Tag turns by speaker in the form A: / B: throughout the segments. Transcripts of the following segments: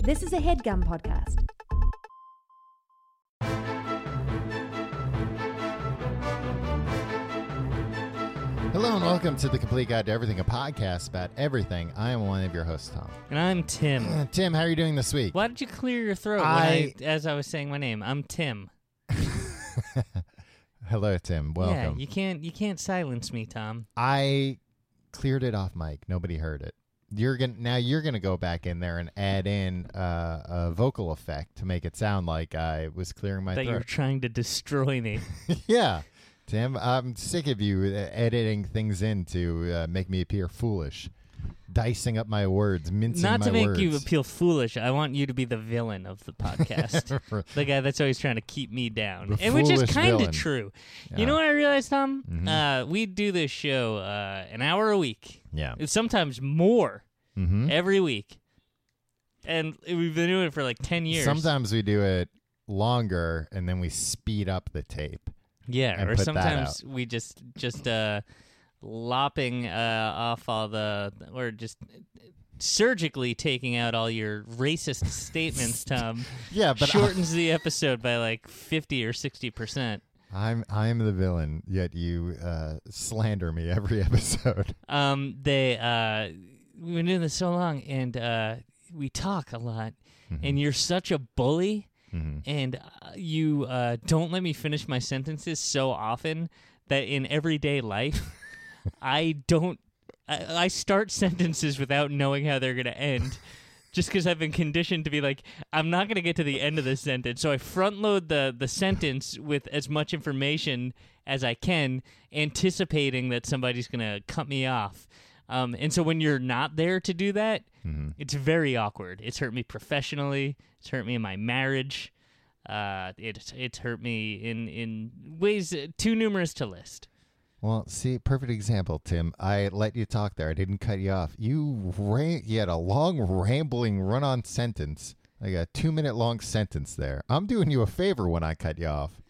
A: This is a headgum podcast.
B: Hello and welcome to the Complete Guide to Everything, a podcast about everything. I am one of your hosts, Tom.
C: And I'm Tim.
B: Uh, Tim, how are you doing this week?
C: Why did you clear your throat when
B: I-
C: I, as I was saying my name? I'm Tim.
B: Hello, Tim.
C: Yeah,
B: Welcome.
C: you can't you can't silence me, Tom.
B: I cleared it off mic. Nobody heard it. You're gonna now. You're gonna go back in there and add in uh, a vocal effect to make it sound like I was clearing my
C: that you were
B: throat.
C: trying to destroy me.
B: yeah, Tim. I'm sick of you uh, editing things in to uh, make me appear foolish, dicing up my words, mincing
C: Not
B: my
C: to make
B: words.
C: you appeal foolish. I want you to be the villain of the podcast. the guy that's always trying to keep me down.
B: The
C: and which is
B: foolish
C: kind
B: villain.
C: of true.
B: Yeah. Mm-hmm.
C: You know what I realized, Tom? Uh, we do this show uh, an hour a week.
B: Yeah.
C: Sometimes more
B: Mm-hmm.
C: every week. And we've been doing it for like 10 years.
B: Sometimes we do it longer and then we speed up the tape.
C: Yeah,
B: and
C: or
B: put that
C: sometimes we just just uh lopping uh off all the or just surgically taking out all your racist statements, Tom.
B: Yeah, but
C: shortens the episode by like 50 or 60%.
B: I, am I'm the villain, yet you uh, slander me every episode.
C: Um they uh we've been doing this so long and uh we talk a lot
B: Mm-hmm.
C: and you're such a bully and uh, you uh don't let me finish my sentences so often that in everyday life I don't. I, I start sentences without knowing how they're going to end. Just because I've been conditioned to be like, I'm not going to get to the end of this sentence, so I front load the the sentence with as much information as I can, anticipating that somebody's going to cut me off. Um, and so when you're not there to do that, it's very awkward. It's hurt me professionally. It's hurt me in my marriage. Uh, it it's hurt me in in ways uh, too numerous to list.
B: Well, see, perfect example, Tim. I let you talk there. I didn't cut you off. You ran, you had a long, rambling, run-on sentence, like a two-minute-long sentence there. I'm doing you a favor when I cut you off.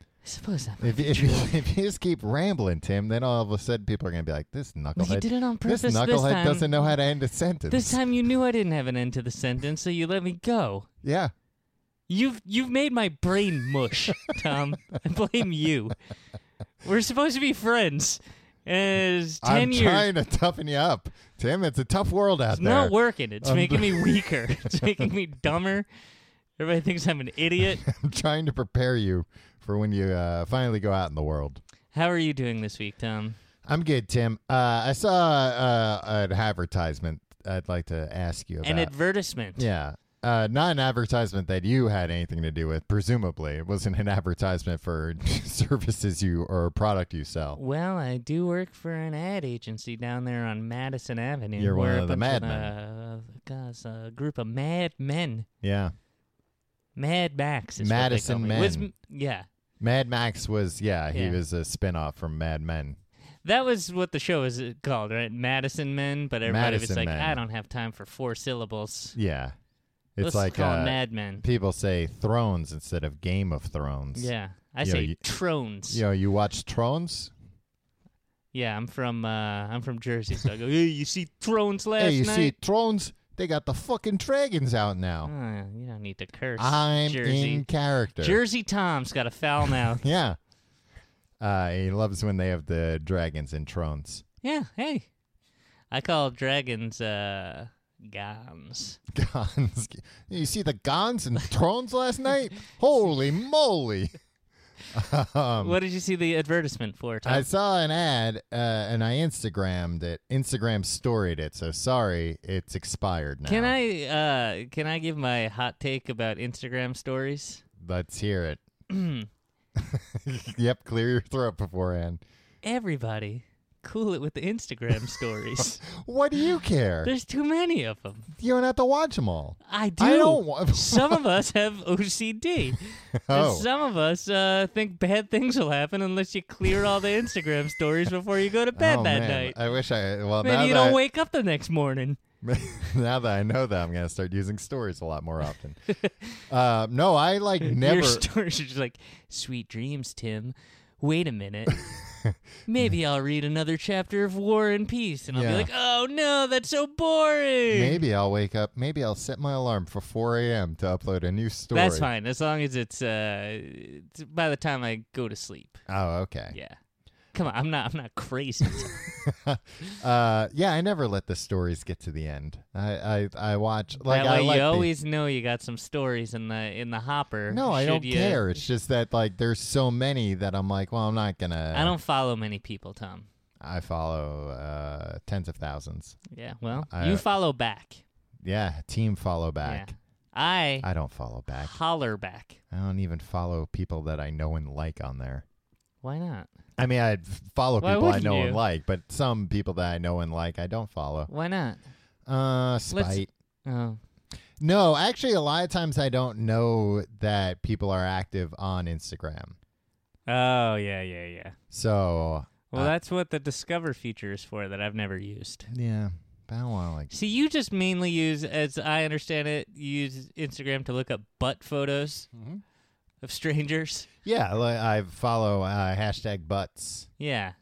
C: I suppose that
B: If, if, if you just keep rambling, Tim, then all of a sudden people are going to be like, "This
C: Well,
B: knucklehead,
C: you did it on purpose
B: this
C: this,
B: knucklehead
C: time.
B: doesn't know how to end a sentence."
C: This time you knew I didn't have an end to the sentence, so you let me go.
B: yeah.
C: You've you've made my brain mush, Tom. I blame you. We're supposed to be friends. And it's 10
B: I'm
C: years.
B: trying to toughen you up, Tim. It's a tough world out
C: it's
B: there.
C: not working. It's
B: I'm-
C: making me weaker. It's making me dumber. Everybody thinks I'm an idiot.
B: I'm trying to prepare you for when you uh, finally go out in the world.
C: How are you doing this week, Tom?
B: I'm good, Tim. Uh, I saw uh, an advertisement. I'd like to ask you about.
C: An advertisement.
B: yeah. Uh, not an advertisement that you had anything to do with, presumably. It wasn't an advertisement for services you or a product you sell.
C: Well, I do work for an ad agency down there on Madison Avenue.
B: You're one
C: We're a
B: of the
C: bunch
B: madmen.
C: Uh, guys, a group of mad men.
B: Yeah.
C: Mad Max. Is
B: Madison
C: what they call me. Was-
B: men.
C: yeah.
B: Mad Max was, yeah, he
C: Yeah.
B: was a spin off from Mad Men.
C: That was what the show is uh, called, right? Madison Men, but everybody
B: Madison
C: was like,
B: Men.
C: I don't have time for four syllables.
B: Yeah. It's
C: Let's
B: like
C: call
B: uh,
C: Mad Men.
B: people say Thrones instead of Game of Thrones.
C: Yeah. I
B: Yo,
C: say
B: you-
C: Trones.
B: You know, you watch Thrones?
C: Yeah, I'm from uh, I'm from Jersey, so I go, hey, you see Thrones last
B: hey, you
C: night?
B: see Thrones? They got the fucking dragons out now.
C: Ah, you don't need to curse.
B: I'm
C: Jersey.
B: in character.
C: Jersey Tom's got a foul mouth.
B: yeah. Uh, he loves when they have the dragons and Thrones.
C: yeah, hey. I call dragons uh gons.
B: Gons. You see the Gons and Thrones last night? Holy moly. Um,
C: what did you see the advertisement for, Tom?
B: I saw an ad uh, and I Instagrammed it. Instagram storied it, so sorry, it's expired now.
C: Can I uh can I give my hot take about Instagram stories?
B: Let's hear it. yep, clear your throat beforehand.
C: Everybody cool it with the Instagram stories.
B: What do you care?
C: There's too many of them.
B: You don't have to watch them all.
C: I do.
B: I don't want.
C: some of us have OCD.
B: Oh.
C: And some of us uh, think bad things will happen unless you clear all the Instagram stories before you go to bed
B: Oh,
C: that
B: man.
C: night.
B: I wish I. Well, now
C: Then you
B: that
C: don't
B: I-
C: wake up the next morning.
B: now that I know that, I'm gonna start using stories a lot more often. uh, no, I like never.
C: Your stories are just like, sweet dreams, Tim. wait a minute. Maybe I'll read another chapter of War and Peace, and I'll
B: Yeah.
C: be like, "Oh no, that's so boring."
B: Maybe I'll wake up. Maybe I'll set my alarm for 4 a.m. to upload a new story.
C: That's fine as long as it's uh, it's by the time I go to sleep.
B: Oh, okay.
C: Yeah, come on, I'm not I'm not crazy.
B: Uh, yeah, I never let the stories get to the end. I I, I watch like
C: that
B: I
C: way
B: like
C: you
B: the-
C: always know you got some stories in the in the hopper.
B: No, I
C: should
B: don't
C: you-
B: care. It's just that like there's so many that I'm like, well, I'm not gonna.
C: I don't follow many people, Tom.
B: I follow uh, tens of thousands.
C: Yeah, well,
B: I-
C: you follow back.
B: Yeah, team follow back.
C: Yeah. I,
B: I don't follow back.
C: holler back.
B: I don't even follow people that I know and like on there.
C: Why not?
B: I mean, I follow
C: Why
B: people I
C: wouldn't
B: know
C: you?
B: and like, but some people that I know and like, I don't follow.
C: Why not?
B: Uh, spite.
C: Oh,
B: No, actually, a lot of times I don't know that people are active on Instagram.
C: oh yeah, yeah, yeah.
B: So
C: Well,
B: Uh,
C: that's what the discover feature is for that I've never used.
B: yeah, but I don't want to like.
C: See, you just mainly use, as I understand it, you use Instagram to look up butt photos of strangers.
B: Yeah, li- I follow uh, hashtag butts,
C: Yeah.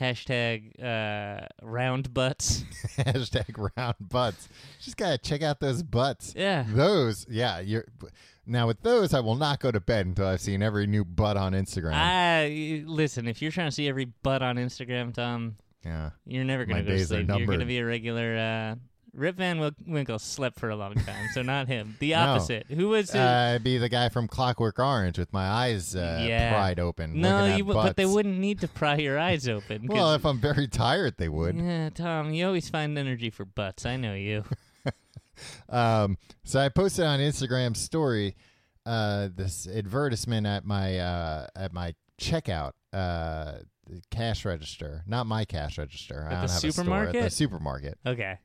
C: Hashtag uh, round butts.
B: hashtag round butts. Just gotta check out those butts.
C: Yeah.
B: Those, yeah. You're now with those. I will not go to bed until I've seen every new butt on Instagram.
C: I listen. If you're trying to see every butt on Instagram, Tom,
B: yeah,
C: you're never gonna
B: My
C: go to
B: days are
C: sleep. You're gonna
B: numbered.
C: be a regular. Uh, Rip Van Wil- Winkle slept for a long time, so not him. The
B: No.
C: opposite. Who was his?
B: uh, I'd be the guy from Clockwork Orange with my eyes uh,
C: Yeah.
B: pried open.
C: no,
B: looking at
C: you. wou- But they
B: butts.
C: wouldn't need to pry your eyes open. 'cause-
B: Well, if I'm very tired, they would.
C: yeah, Tom, you always find energy for butts. I know you.
B: Um, so I posted on Instagram story uh, this advertisement at my uh, at my checkout uh, cash register, not my cash register. I
C: At
B: don't
C: the
B: have a store at the
C: supermarket?
B: supermarket
C: Okay.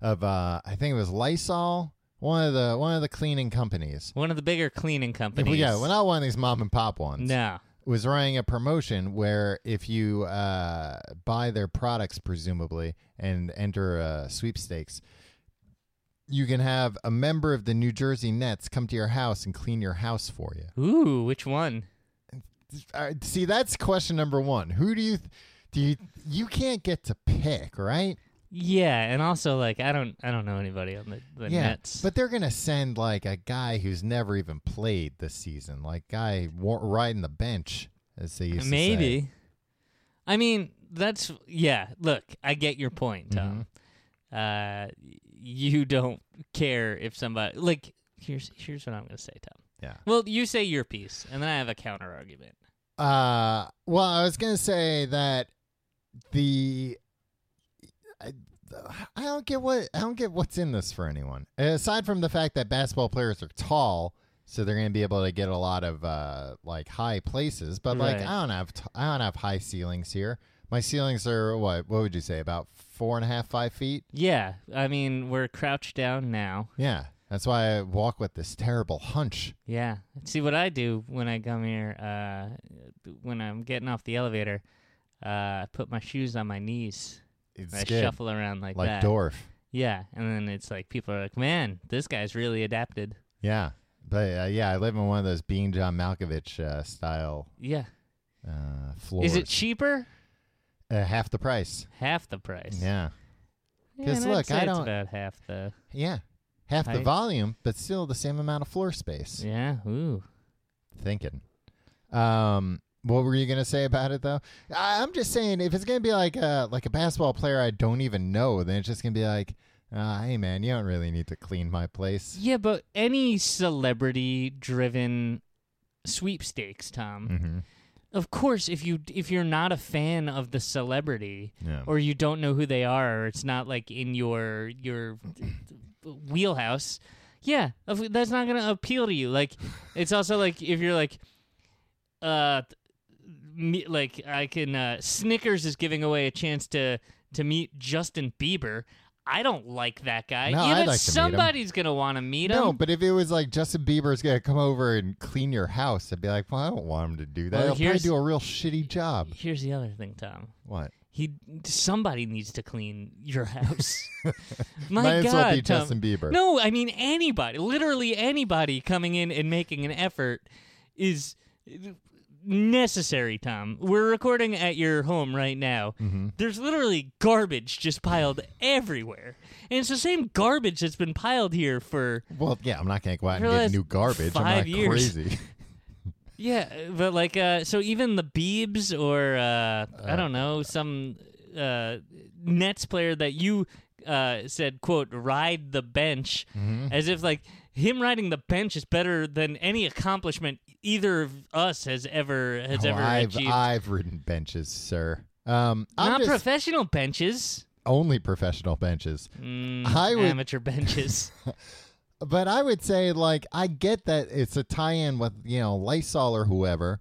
B: of uh, I think it was Lysol, one of the one of the cleaning companies.
C: One of the bigger cleaning companies.
B: Yeah, well, not one of these mom and pop ones.
C: no.
B: was running a promotion where if you uh, buy their products, presumably, and enter a sweepstakes, you can have a member of the New Jersey Nets come to your house and clean your house for you.
C: Ooh, which one?
B: Uh, see, that's question number one. Who do you th- do you you can't get to pick, right?
C: Yeah, and also like I don't I don't know anybody on the, the
B: yeah,
C: Nets.
B: but they're gonna send like a guy who's never even played this season, like guy wa- riding the bench, as they used to say.
C: Maybe. I mean, that's yeah. Look, I get your point, Tom.
B: Mm-hmm.
C: Uh, you don't care if somebody like here's here's what I'm gonna say, Tom.
B: Yeah.
C: Well, you say your piece, and then I have a counter argument.
B: Uh, well, I was gonna say that the I, I don't get what I don't get what's in this for anyone aside from the fact that basketball players are tall, so they're gonna be able to get a lot of uh like high places. But like
C: Right.
B: I don't have t- I don't have high ceilings here. My ceilings are what what would you say about four and a half five feet?
C: Yeah, I mean we're crouched down now.
B: Yeah, that's why I walk with this terrible hunch.
C: Yeah. See what I do when I come here. Uh, when I'm getting off the elevator, uh, I put my shoes on my knees.
B: It's
C: I
B: good,
C: shuffle around like,
B: like
C: that.
B: Dorf.
C: Yeah, and then it's like people are like, "Man, this guy's really adapted."
B: Yeah, but uh, yeah, I live in one of those Bean John Malkovich uh, style
C: Yeah.
B: uh, floors.
C: Is it cheaper?
B: uh, half the price?
C: Half the price.
B: Yeah,
C: Yeah,
B: 'Cause
C: and I'd
B: look,
C: say
B: I
C: it's
B: don't-
C: about half the.
B: yeah, half the
C: Height.
B: volume, but still the same amount of floor space.
C: Yeah. Ooh.
B: Thinking. Um, what were you gonna say about it though? I, I'm just saying, if it's gonna be like a like a basketball player I don't even know, then it's just gonna be like, uh, hey man, you don't really need to clean my place.
C: Yeah, but any celebrity-driven sweepstakes, Tom.
B: Mm-hmm.
C: Of course, if you if you're not a fan of the celebrity,
B: Yeah.
C: or you don't know who they are or it's not like in your your wheelhouse yeah of- that's not going to appeal to you like it's also like if you're like uh me, like i can uh snickers is giving away a chance to to meet justin bieber i don't like that guy
B: No,
C: yeah
B: I'd
C: but
B: like to meet him.
C: somebody's going to want to meet him
B: No, but if it was like Justin Bieber's gonna come over and clean your house, I'd be like, well, I don't want him to do that.
C: Well,
B: He'll probably
C: here's-
B: do a real shitty job.
C: here's the other thing tom
B: What?
C: he somebody needs to clean your house my
B: Might
C: god
B: as well be
C: Tom.
B: Justin Bieber.
C: No, I mean anybody, literally anybody coming in and making an effort is necessary, Tom. We're recording at your home right now.
B: Mm-hmm.
C: There's literally garbage just piled everywhere. And it's the same garbage that's been piled here for
B: Well, yeah, I'm not going to go out
C: For
B: and
C: the
B: get
C: last
B: new garbage. I'm
C: five
B: not
C: years.
B: crazy.
C: Yeah, but like uh so even the Beebs or uh, I don't know, some uh Nets player that you uh said quote ride the bench
B: Mm-hmm.
C: as if like him riding the bench is better than any accomplishment either of us has ever has
B: Oh,
C: ever
B: I've
C: achieved.
B: I've ridden benches, sir. Um, I'm
C: Not
B: just
C: professional benches.
B: only professional benches.
C: Mm,
B: I would-
C: amateur benches.
B: But I would say, like, I get that it's a tie-in with you know Lysol or whoever,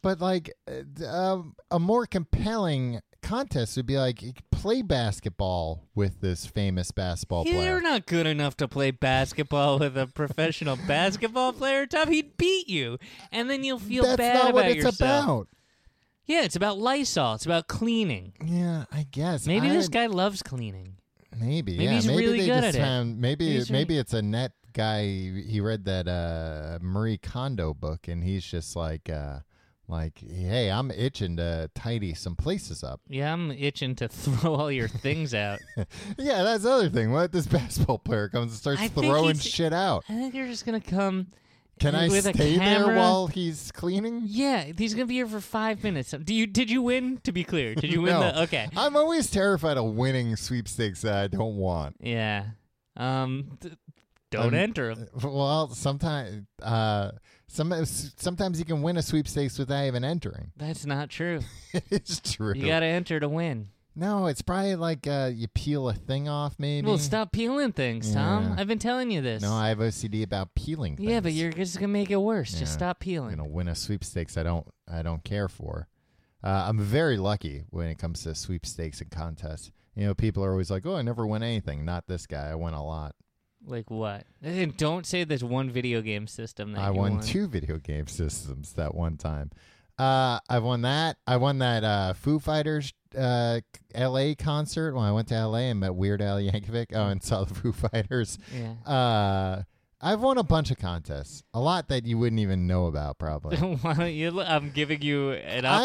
B: but like uh, d- um, a more compelling contest would be like play basketball with this famous basketball
C: You're
B: player.
C: not good enough to play basketball with a professional basketball player, Tom. He'd beat you, and then you'll feel
B: That's
C: bad
B: not
C: about
B: what it's
C: yourself.
B: about.
C: Yeah, it's about Lysol. It's about cleaning.
B: Yeah, I guess
C: Maybe
B: I,
C: this guy loves cleaning.
B: Maybe,
C: Maybe
B: yeah.
C: he's
B: maybe
C: really
B: they
C: good
B: just
C: at it.
B: found, Maybe
C: He's re-
B: maybe it's a net guy. He read that uh, Marie Kondo book, and he's just like, uh, like, hey, I'm itching to tidy some places up.
C: Yeah, I'm itching to throw all your things out.
B: yeah, that's the other thing. What if this basketball player comes and starts
C: I think
B: throwing
C: he's-
B: shit out?
C: I think you're just gonna come.
B: Can I
C: with a
B: stay there
C: camera?
B: while he's cleaning?
C: Yeah, he's gonna be here for five minutes. Do you? Did you win? To be clear, did you win?
B: No.
C: the Okay.
B: I'm always terrified of winning sweepstakes that I don't want.
C: Yeah. Um. d- don't
B: I'm-
C: enter him.
B: Well, sometimes, uh, some, sometimes you can win a sweepstakes without even entering.
C: That's not true.
B: it's true.
C: You gotta enter to win.
B: No, it's probably like uh, you peel a thing off, maybe.
C: Well, stop peeling things, Tom.
B: Yeah.
C: I've been telling you this.
B: No, I have OCD about peeling. Things.
C: yeah, but you're just gonna make it worse.
B: Yeah.
C: Just stop peeling.
B: you know win a sweepstakes. I don't. I don't care for. Uh, I'm very lucky when it comes to sweepstakes and contests. You know, people are always like, "Oh, I never win anything." Not this guy. I win a lot.
C: Like what? And don't say there's one video game system that
B: I
C: you
B: won, two video game systems that one time. Uh, I won that. I won that uh, Foo Fighters uh, L.A. concert when I went to L.A. and met Weird Al Yankovic. Oh, and saw the Foo Fighters.
C: Yeah.
B: Uh, I've won a bunch of contests, a lot that you wouldn't even know about, probably.
C: Why don't you? Look, I'm giving you an
B: I'm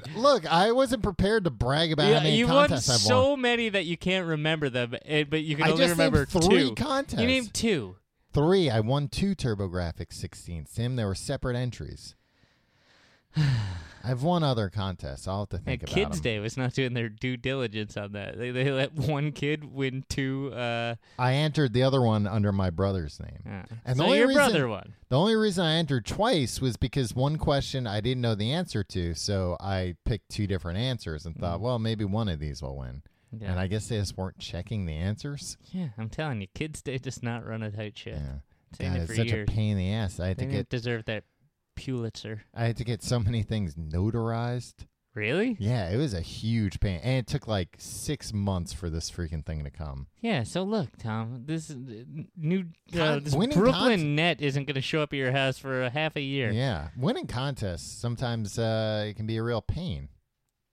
B: trying. Look, I wasn't prepared to brag about how
C: Yeah,
B: many
C: you won
B: contests I've
C: so
B: won.
C: many that you can't remember them, eh, but you can
B: I
C: only
B: just
C: remember
B: named three
C: two.
B: contests.
C: You named two.
B: three. I won two TurboGrafx 16s. Tim, they were separate entries. I've won other contests. I'll have to
C: And
B: think about
C: Kids
B: them.
C: Day was not doing their due diligence on that. They, they let one kid win two. Uh,
B: I entered the other one under my brother's name.
C: uh,
B: And the
C: so
B: only
C: your
B: reason-
C: brother won.
B: The only reason I entered twice was because one question I didn't know the answer to, so I picked two different answers and thought, well, maybe one of these will win.
C: Mm. Yeah.
B: And I guess they just weren't checking the answers.
C: yeah, I'm telling you, Kids Day does not run a tight ship.
B: Yeah,
C: Saying
B: God,
C: it
B: it's
C: for
B: such
C: years.
B: a pain in the ass. I had
C: they
B: to
C: didn't
B: get
C: deserve that Pulitzer.
B: I had to get so many things notarized.
C: Really?
B: Yeah, it was a huge pain, and it took like six months for this freaking thing to come.
C: Yeah. So look, Tom, this is, uh, new uh,
B: Con-
C: this
B: winning
C: Brooklyn
B: cons-
C: net isn't going to show up at your house for a half a year.
B: Yeah, winning contests sometimes uh, it can be a real pain.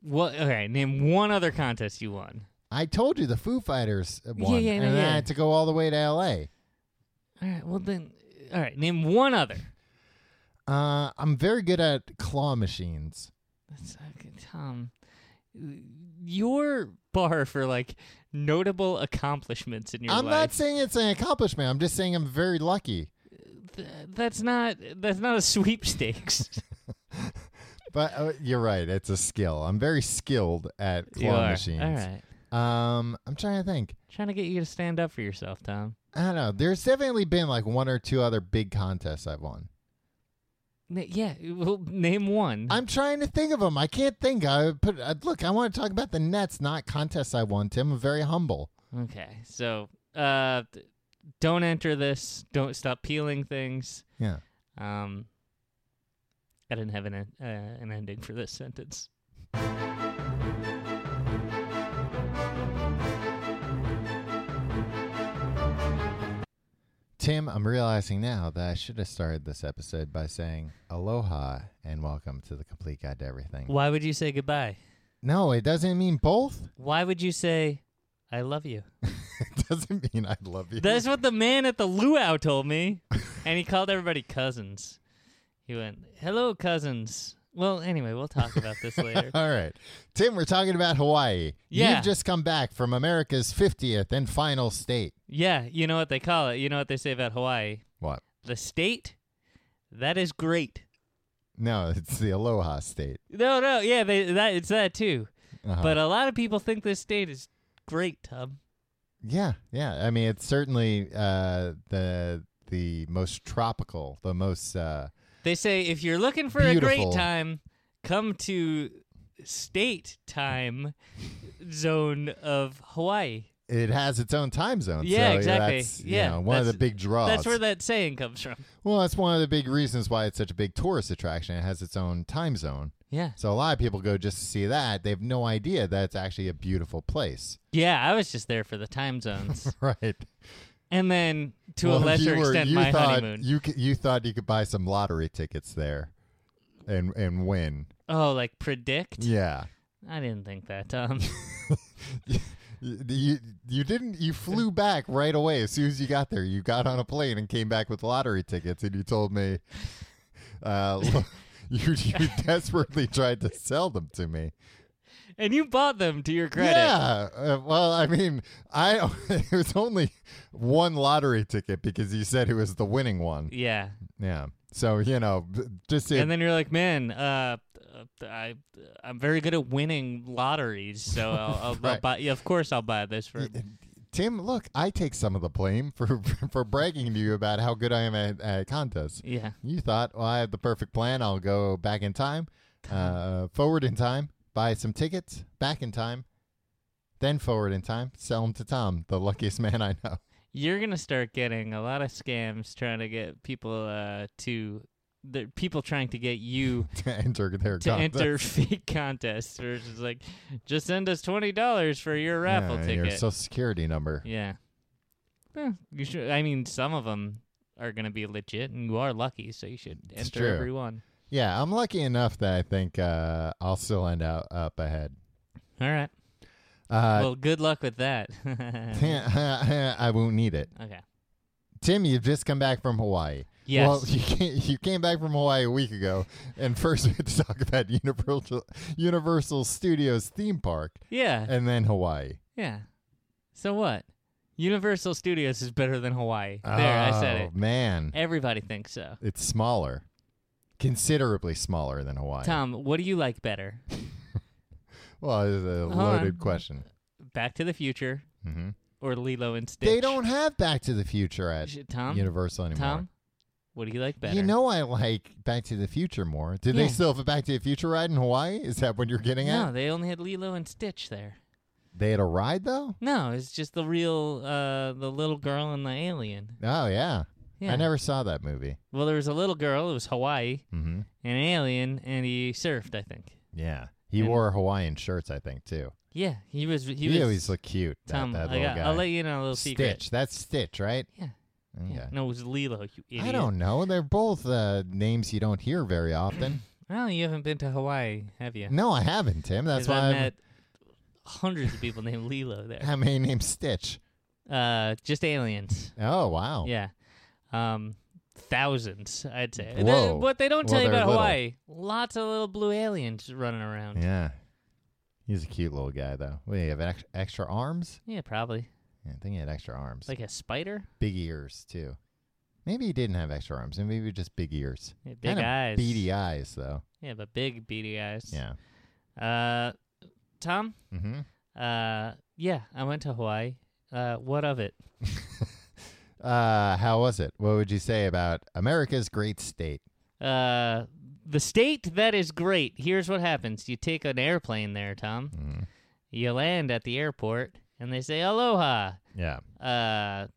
C: Well, okay. Name one other contest you won.
B: I told you the Foo Fighters won,
C: yeah,
B: and
C: no,
B: then I
C: yeah.
B: had to go all the way to L.A.
C: All right. Well then, all right. Name one other.
B: Uh, I'm very good at claw machines.
C: That's okay, Tom. Your bar for like notable accomplishments in your
B: I'm not
C: life.
B: saying it's an accomplishment. I'm just saying I'm very lucky.
C: Th- that's not. That's not a sweepstakes.
B: But uh, you're right. It's a skill. I'm very skilled at
C: you
B: claw
C: are.
B: machines.
C: All right.
B: Um, I'm trying to think.
C: Trying to get you to stand up for yourself, Tom.
B: I don't know. There's definitely been like one or two other big contests I've won.
C: N- yeah. Well, name one.
B: I'm trying to think of them. I can't think. I put I, look. I want to talk about the Nets, not contests I won. Tim, I'm very humble.
C: Okay, so uh, th- don't enter this. Don't stop peeling things.
B: Yeah.
C: Um, I didn't have an en- uh, an ending for this sentence.
B: Tim, I'm realizing now that I should have started this episode by saying aloha and welcome to the complete guide to everything.
C: Why would you say goodbye?
B: No, it doesn't mean both.
C: Why would you say I love you?
B: It doesn't mean I love you.
C: That's what the man at the luau told me, and he called everybody cousins. He went, "Hello, cousins. Well, anyway, we'll talk about this later.
B: All right. Tim, we're talking about Hawaii.
C: Yeah.
B: You've just come back from America's 50th and final state.
C: yeah, you know what they call it. You know what they say about Hawaii?
B: What?
C: The state that is great.
B: No, it's the Aloha state.
C: No, no, yeah, they, that it's that too.
B: Uh-huh.
C: But a lot of people think this state is great, Tom.
B: yeah, yeah. I mean, it's certainly uh, the the most tropical, the most uh,
C: They say if you're looking for a
B: Beautiful.
C: great time, come to state time zone of Hawaii.
B: it has its own time zone.
C: Yeah,
B: so
C: exactly.
B: That's, you
C: Yeah,
B: know, one of the
C: that's-
B: big draws.
C: That's where that saying comes from.
B: well, that's one of the big reasons why it's such a big tourist attraction. It has its own time zone.
C: Yeah.
B: So a lot of people go just to see that. They have no idea that it's actually a beautiful place.
C: Yeah, I was just there for the time zones.
B: Right.
C: and then to
B: Well,
C: a
B: you
C: lesser
B: were-
C: extent
B: you
C: my
B: thought,
C: honeymoon.
B: You c- you thought you could buy some lottery tickets there, and and win.
C: oh, like predict?
B: Yeah.
C: I didn't think that, Tom.
B: You, you you didn't you flew back right away as soon as you got there. You got on a plane and came back with lottery tickets, and you told me, uh, look, you you desperately tried to sell them to me.
C: and you bought them to your credit.
B: Yeah. Uh, well, I mean, I it was only one lottery ticket because you said it was the winning one.
C: Yeah.
B: Yeah. So you know, b- just it,
C: and then you're like, man, uh, uh, I, I'm very good at winning lotteries, so I'll, I'll, I'll
B: Right.
C: buy. Yeah, of course, I'll buy this for.
B: Tim, look, I take some of the blame for for bragging to you about how good I am at, at contests.
C: Yeah,
B: You thought, well, I have the perfect plan. I'll go back in time, uh, forward in time, buy some tickets, back in time, then forward in time, sell them to Tom, the luckiest man I know.
C: you're gonna start getting a lot of scams trying to get people uh, to the people trying to get you
B: to enter their
C: to
B: contest.
C: enter fake contests, where it's just like, just send us twenty dollars for your
B: Yeah,
C: raffle
B: and
C: ticket.
B: Your social security number.
C: yeah, Eh, you should. I mean, some of them are gonna be legit, and you are lucky, so you should
B: It's
C: enter
B: true.
C: every one.
B: Yeah, I'm lucky enough that I think uh, I'll still end out up ahead.
C: All right.
B: Uh,
C: well, good luck with that.
B: I won't need it.
C: okay.
B: Tim, you've just come back from Hawaii.
C: Yes.
B: Well, you came, you came back from Hawaii a week ago, and first we had to talk about Universal, Universal Studios theme park,
C: yeah.
B: and then Hawaii.
C: yeah. So what? Universal Studios is better than Hawaii. There, I said
B: Oh,
C: it. Eh.
B: Man,
C: Everybody thinks so.
B: it's smaller, considerably smaller than Hawaii.
C: Tom, what do you like better?
B: Well, it's a
C: Hold
B: loaded
C: on.
B: question.
C: Back to the Future
B: hmm
C: or Lilo and Stitch?
B: They don't have Back to the Future at
C: Sh- Tom,
B: Universal anymore.
C: Tom, what do you like better?
B: You know I like Back to the Future more. Do they
C: Yeah.
B: still have a Back to the Future ride in Hawaii? Is that what you're getting
C: no,
B: at?
C: they only had Lilo and Stitch there.
B: They had a ride though.
C: No, it's just the real, uh, the little girl and the alien.
B: Oh yeah,
C: Yeah.
B: I never saw that movie.
C: Well, there was a little girl. It was Hawaii,
B: hmm
C: an alien, and he surfed. I think.
B: Yeah, he
C: And-
B: wore Hawaiian shirts, I think too.
C: Yeah, he was. He,
B: He,
C: was.
B: always looked cute. that-
C: Tom,
B: that,
C: I
B: little
C: got,
B: guy.
C: I'll let you know a little
B: Stitch.
C: secret.
B: That's Stitch, right?
C: Yeah.
B: Okay.
C: Yeah. No, it was Lilo. You idiot.
B: I don't know. They're both uh, names you don't hear very often.
C: Well, you haven't been to Hawaii, have you?
B: no, I haven't, Tim. That's
C: 'Cause I
B: why I'm-
C: met hundreds of people named Lilo there.
B: how many names Stitch?
C: Uh, just aliens.
B: Oh wow.
C: Yeah. Um, thousands, I'd say. They-
B: Whoa.
C: what they don't
B: Well,
C: tell you
B: they're
C: about
B: little.
C: Hawaii, lots of little blue aliens running around. Yeah,
B: Yeah. He's a cute little guy though. Wait, he have ex- extra arms?
C: probably.
B: Yeah, I think he had extra arms.
C: Like a spider?
B: big ears too. Maybe he didn't have extra arms. Maybe he was just big ears.
C: Yeah, big
B: Kinda
C: eyes.
B: Beady eyes though.
C: Yeah, but big beady eyes.
B: Yeah.
C: Uh, Tom?
B: hmm
C: Uh, yeah, I went to Hawaii. Uh, what of it?
B: Uh, how was it? What would you say about America's great state?
C: Uh, the state that is great. Here's what happens: you take an airplane there, Tom.
B: Mhm.
C: You land at the airport, and they say aloha,
B: Yeah.
C: uh,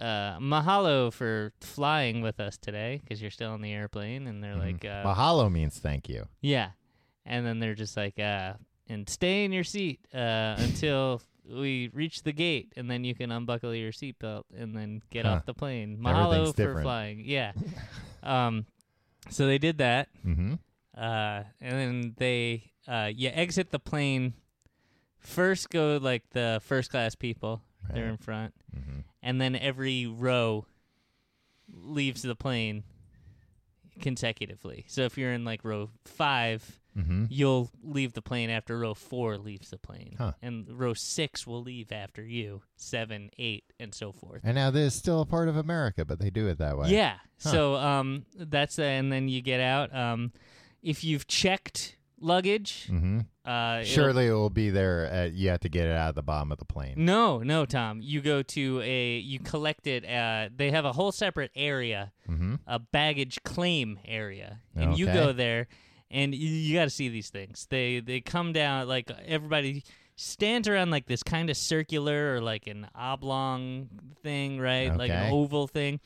C: uh, mahalo for flying with us today because you're still on the airplane, and they're
B: Mm-hmm.
C: like, uh,
B: Mahalo means thank you.
C: yeah, and then they're just like, uh, and stay in your seat uh, until. We reach the gate, and then you can unbuckle your seatbelt and then get
B: Huh.
C: off the plane.
B: Everything's
C: Mahalo for
B: different.
C: flying. Yeah. um, so they did that.
B: Mm-hmm.
C: Uh, and then they uh, you exit the plane. First go like the first class people. They're
B: Right.
C: in front,
B: Mm-hmm.
C: and then every row leaves the plane consecutively. So if you're in like row 5
B: Mm-hmm.
C: you'll leave the plane after row four leaves the plane,
B: Huh.
C: and row six will leave after you, seven, eight, and so forth.
B: And now this is still a part of America, but they do it that way.
C: Yeah. So um, that's the, and then you get out. Um, if you've checked luggage,
B: Mm-hmm.
C: uh, it'll-
B: Surely it will be there. At, you have to get it out of the bottom of the plane.
C: No, no, Tom. You go to a you collect it. Uh, they have a whole separate area,
B: Mm-hmm.
C: a baggage claim area, and you
B: Okay.
C: go there, and you, you got to see these things. They they come down like everybody stands around like this kind of circular or like an oblong thing, right? Like
B: Okay.
C: an oval thing,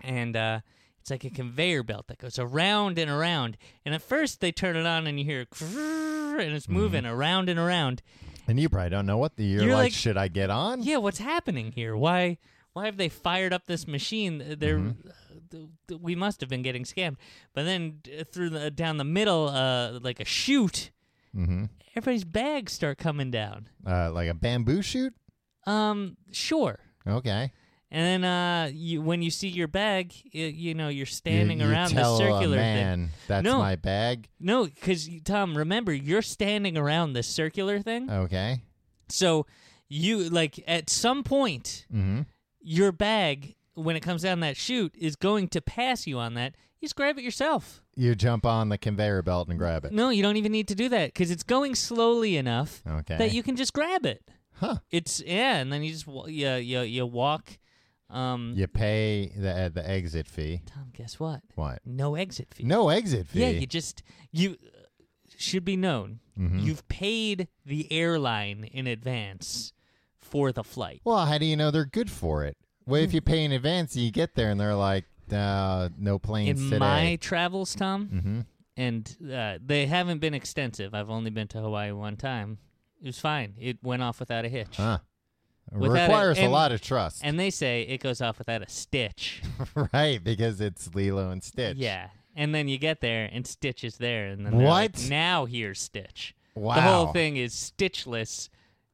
C: and uh, it's like a conveyor belt that goes around and around. And at first they turn it on, and you hear. And
B: Mm-hmm.
C: it's moving around and around,
B: And you probably don't know what the you're,
C: You're
B: like,
C: like-
B: Should I get on?
C: yeah, what's happening here? Why why have they fired up this machine? Uh, They're
B: Mm-hmm.
C: th- th- we must have been getting scammed. But then d- through the down the middle, uh, like a chute,
B: Mm-hmm.
C: everybody's bags start coming down.
B: Uh, like a bamboo shoot.
C: Um, sure.
B: Okay.
C: And then uh, you when you see your bag, y you know you're
B: You-
C: standing
B: you
C: around
B: tell
C: the circular
B: a
C: thing.
B: man, That's
C: No.
B: my bag.
C: No, because Tom, remember you're standing around the circular thing.
B: Uh. Okay.
C: so you like at some point
B: Mm-hmm.
C: your bag when it comes down that chute is going to pass you on that you just grab it yourself
B: You jump on the conveyor belt and grab it.
C: no you don't even need to do that because it's going slowly enough
B: Okay.
C: that you can just grab it
B: Huh.
C: it's yeah and then you just wa- you, you, you walk um
B: You pay the uh, the exit fee.
C: tom guess what
B: What?
C: no exit fee
B: No exit fee.
C: yeah you just you uh, should be known
B: Mhm.
C: you've paid the airline in advance for the flight
B: Well, how do you know they're good for it? What
C: Hmm.
B: if you pay in advance and you get there and they're like, uh, no planes
C: in
B: today?
C: my travels tom
B: Mhm.
C: and uh, they haven't been extensive. I've only been to Hawaii one time. It was fine. It went off without a hitch.
B: Huh.
C: Without it-
B: Requires a
C: and-
B: lot of trust,
C: And they say it goes off without a stitch.
B: right? Because it's Lilo and Stitch.
C: Yeah. And then you get there and Stitch is there. And then they're like,
B: What?
C: now here's Stitch.
B: Wow.
C: The whole thing is stitchless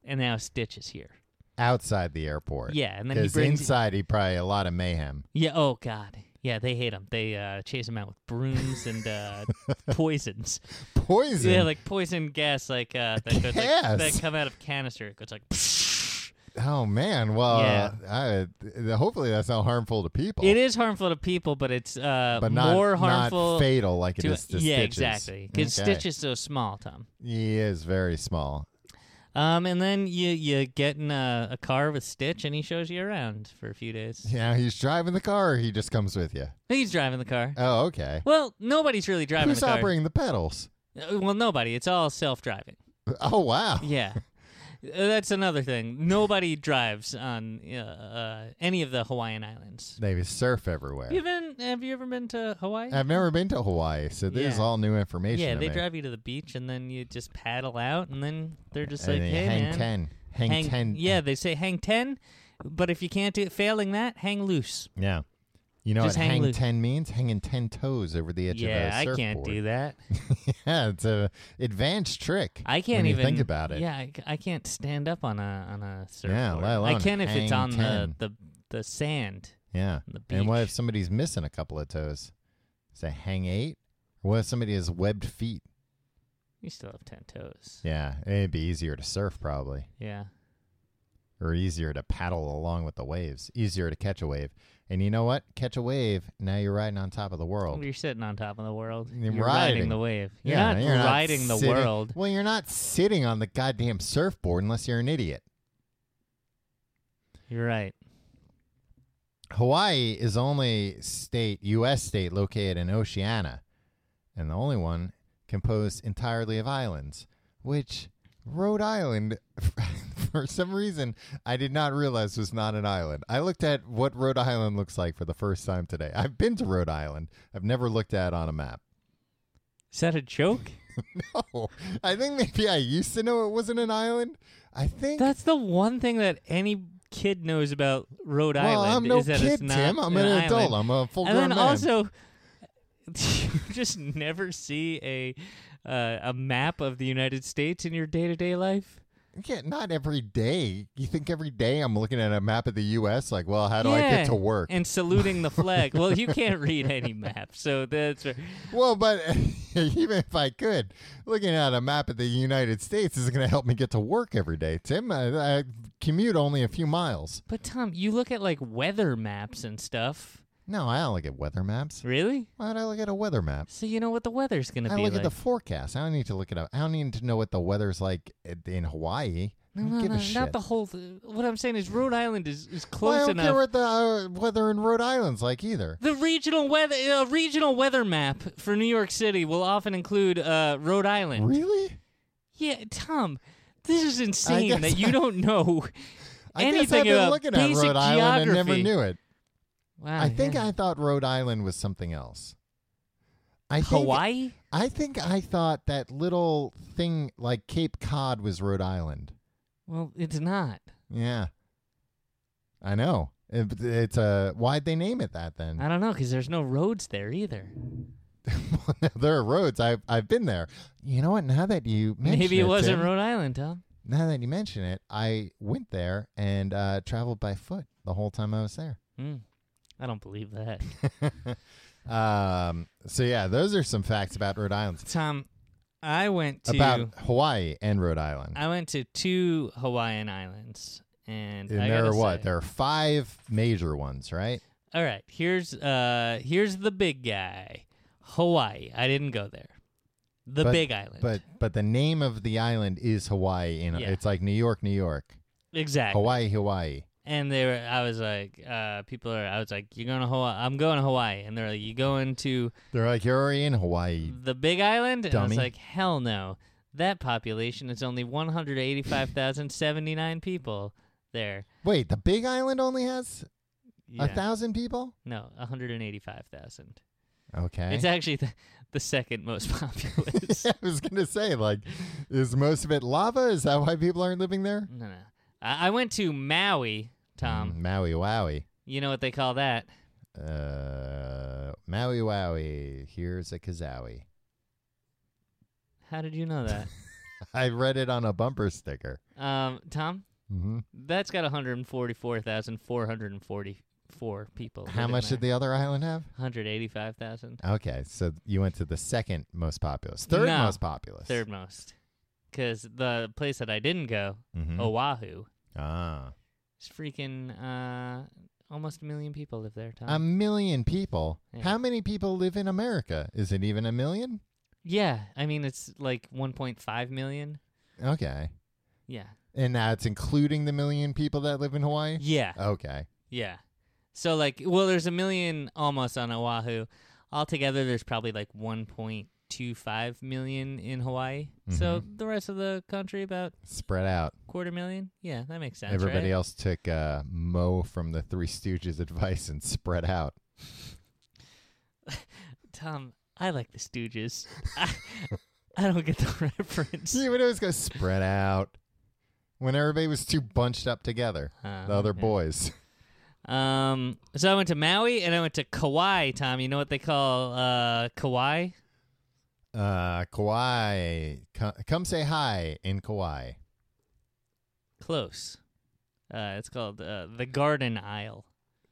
C: and now Stitch is here.
B: outside the airport.
C: Yeah. And then he
B: Because
C: brings.
B: inside, he probably a lot of mayhem.
C: yeah. Oh, God. Yeah. They hate him. They uh, chase him out with brooms and uh, poisons.
B: Poison.
C: Yeah. Like poison gas like, uh, that, goes,
B: Gas.
C: like that come out of canister. It goes like.
B: oh man. Well, uh,
C: Yeah.
B: I, th- hopefully that's not harmful to people.
C: It is harmful to people, but it's uh,
B: but not
C: more
B: not
C: harmful
B: fatal like
C: to
B: it is to
C: yeah,
B: Stitches.
C: exactly. Because
B: Okay.
C: Stitch is so small, Tom.
B: He is very small.
C: Um, and then you you get in a, a car with Stitch, and he shows you around for a few days.
B: Yeah, he's driving the car. Or he just comes with you.
C: He's driving the car.
B: Oh, okay.
C: Well, nobody's really driving
B: Who's
C: the car.
B: operating the pedals?
C: Uh, Well, nobody. It's all self-driving.
B: Oh wow.
C: Yeah. Uh, That's another thing. Nobody drives on uh, uh, any of the Hawaiian islands.
B: They surf everywhere.
C: Have you, been, have you ever been to Hawaii?
B: I've never been to Hawaii, so this is
C: Yeah.
B: all new information.
C: yeah,
B: to
C: they
B: me.
C: drive you to the beach, and then you just paddle out, and then they're just
B: And
C: like,
B: then
C: "Hey,
B: hang
C: man,
B: ten, hang, ten. uh,
C: Yeah, they say hang ten, but if you can't do it, failing that, hang loose.
B: yeah. You know
C: Just
B: what
C: hang
B: hang
C: loose.
B: ten means? Hanging ten toes over the edge
C: yeah,
B: of a
C: I
B: surfboard.
C: can't do that.
B: yeah, it's a advanced trick.
C: I can't
B: when
C: even
B: you think about it.
C: Yeah, I, c- I can't stand up on a on a surfboard.
B: Yeah, let
C: I
B: alone
C: can if
B: hang
C: it's on
B: 10.
C: the, the the sand.
B: Yeah.
C: on the
B: And what if
C: beach.
B: somebody's missing a couple of toes? Say hang eight. Or what if somebody has webbed feet?
C: You still have ten toes.
B: Yeah, it'd be easier to surf probably.
C: Yeah.
B: or easier to paddle along with the waves, easier to catch a wave. And you know what? Catch a wave, now you're riding on top of the world.
C: You're sitting on top of the world.
B: You're
C: You're, riding.
B: riding.
C: the wave. You're
B: Yeah,
C: not
B: you're not
C: riding the
B: sitting-
C: world.
B: Well, you're not sitting on the goddamn surfboard unless you're an idiot.
C: You're right.
B: Hawaii is the only state, U.S. state, located in Oceania, and the only one composed entirely of islands, which Rhode Island, for some reason, I did not realize was not an island. I looked at what Rhode Island looks like for the first time today. I've been to Rhode Island, I've never looked at it on a map.
C: Is that a joke?
B: No, I think maybe I used to know it wasn't an island. I think.
C: That's the one thing that any kid knows about Rhode
B: well,
C: Island.
B: I'm no
C: is that
B: kid,
C: it's not
B: Tim. I'm an, adult.
C: island.
B: I'm a full
C: and
B: grown
C: then
B: man.
C: also you just never see a uh, a map of the United States in your day to day life.
B: Yeah, not every day. You think every day I'm looking at a map of the U.S. Like, well, how do I
C: Yeah,
B: get to work?
C: And saluting the flag. well, you can't read any map, so that's right.
B: well, but even if I could, looking at a map of the United States is going to help me get to work every day. Tim, I, I commute only a few miles.
C: But Tom, you look at like weather maps and stuff.
B: No, I don't look at weather maps.
C: Really?
B: Why would I look at a weather map?
C: So you know what the weather's gonna
B: I
C: be
B: look
C: like.
B: at the forecast. I don't need to look it up. I don't need to know what the weather's like at- in Hawaii. I
C: no,
B: don't
C: no,
B: give
C: no,
B: a shit.
C: not the whole. Th- what I'm saying is Rhode Island is, is
B: Well, I
C: close
B: don't
C: enough.
B: care what the uh, weather in Rhode Island's like either.
C: the regional weather, a regional weather map for New York City will often include uh, Rhode Island.
B: Really?
C: Yeah, Tom, this is insane
B: guess
C: that you don't know
B: I guess I've
C: anything
B: been
C: about
B: looking at
C: basic
B: Rhode Island and never
C: geography.
B: knew it.
C: Wow,
B: I think
C: yeah.
B: I thought Rhode Island was something else. I think,
C: Hawaii.
B: I think I thought that little thing like Cape Cod was Rhode Island.
C: Well, it's not.
B: Yeah, I know. It- it's a why'd they name it that then?
C: I don't know because there's no roads there either.
B: there are roads. I've I've been there. You know what? Now that you mention
C: Maybe it wasn't
B: Tim,
C: Rhode Island, Tom.
B: Now that you mention it, I went there and uh, traveled by foot the whole time I was there.
C: Mm, I don't believe that,
B: Um. So yeah, those are some facts about Rhode Island.
C: Tom. I went to
B: About Hawaii and Rhode Island.
C: I went to two Hawaiian islands, and,
B: and
C: I
B: there
C: gotta
B: are what?
C: say-
B: There are five major ones, right?
C: All right, here's uh here's the big guy, Hawaii. I didn't go there. The
B: But-
C: Big Island.
B: But but the name of the island is Hawaii. In
C: Yeah.
B: it's like New York, New York,
C: exactly.
B: Hawaii, Hawaii.
C: And they were. I was like, uh, people are. I was like, you're going to Hawaii. I'm going to Hawaii, and they're like, you going to
B: They're like you're already in Hawaii.
C: the Big Island? And I was
B: dummy.
C: like, hell no. That population is only 185,079 people there.
B: Wait, the Big Island only has
C: Yeah.
B: a thousand people.
C: no, 185,000.
B: Okay.
C: It's actually the, the second most populous.
B: I was gonna say, like, is most of it lava? Is that why people aren't living there?
C: No, no. I, I went to Maui, Tom.
B: Mm, Maui, wowie.
C: You know what they call that?
B: Uh, Maui, wowie. Here's a kazowie.
C: How did you know that?
B: I read it on a bumper sticker.
C: um, Tom,
B: hmm
C: that's got 144,444 people.
B: How much did the other island have?
C: 185,000.
B: Okay, so you went to the second most populous, third
C: No.
B: most populous,
C: Third most. Because the place that I didn't go,
B: Mhm.
C: Oahu,
B: Ah,
C: is freaking uh, almost a million people live there, Tom.
B: a million people.
C: Yeah.
B: How many people live in America? Is it even a million?
C: yeah, I mean, it's like 1.5 million.
B: Okay,
C: Yeah.
B: and that's including the million people that live in Hawaii.
C: Yeah.
B: Okay,
C: Yeah. So like, well, there's a million almost on Oahu. Altogether, there's probably like 1.25 million in Hawaii. So
B: Mm-hmm.
C: the rest of the country, about
B: spread out.
C: quarter million. Yeah, that makes sense.
B: Everybody
C: right?
B: else took uh, Mo from the Three Stooges advice and spread out.
C: Tom, I like the Stooges. I, I don't get the reference.
B: See, would always go spread out when everybody was too bunched up together.
C: Uh,
B: the other
C: okay.
B: boys.
C: Um. So I went to Maui and I went to Kauai. Tom, you know what they call uh Kauai?
B: Uh, Kauai, co- come say hi in Kauai.
C: Close. Uh, it's called uh, the Garden Isle.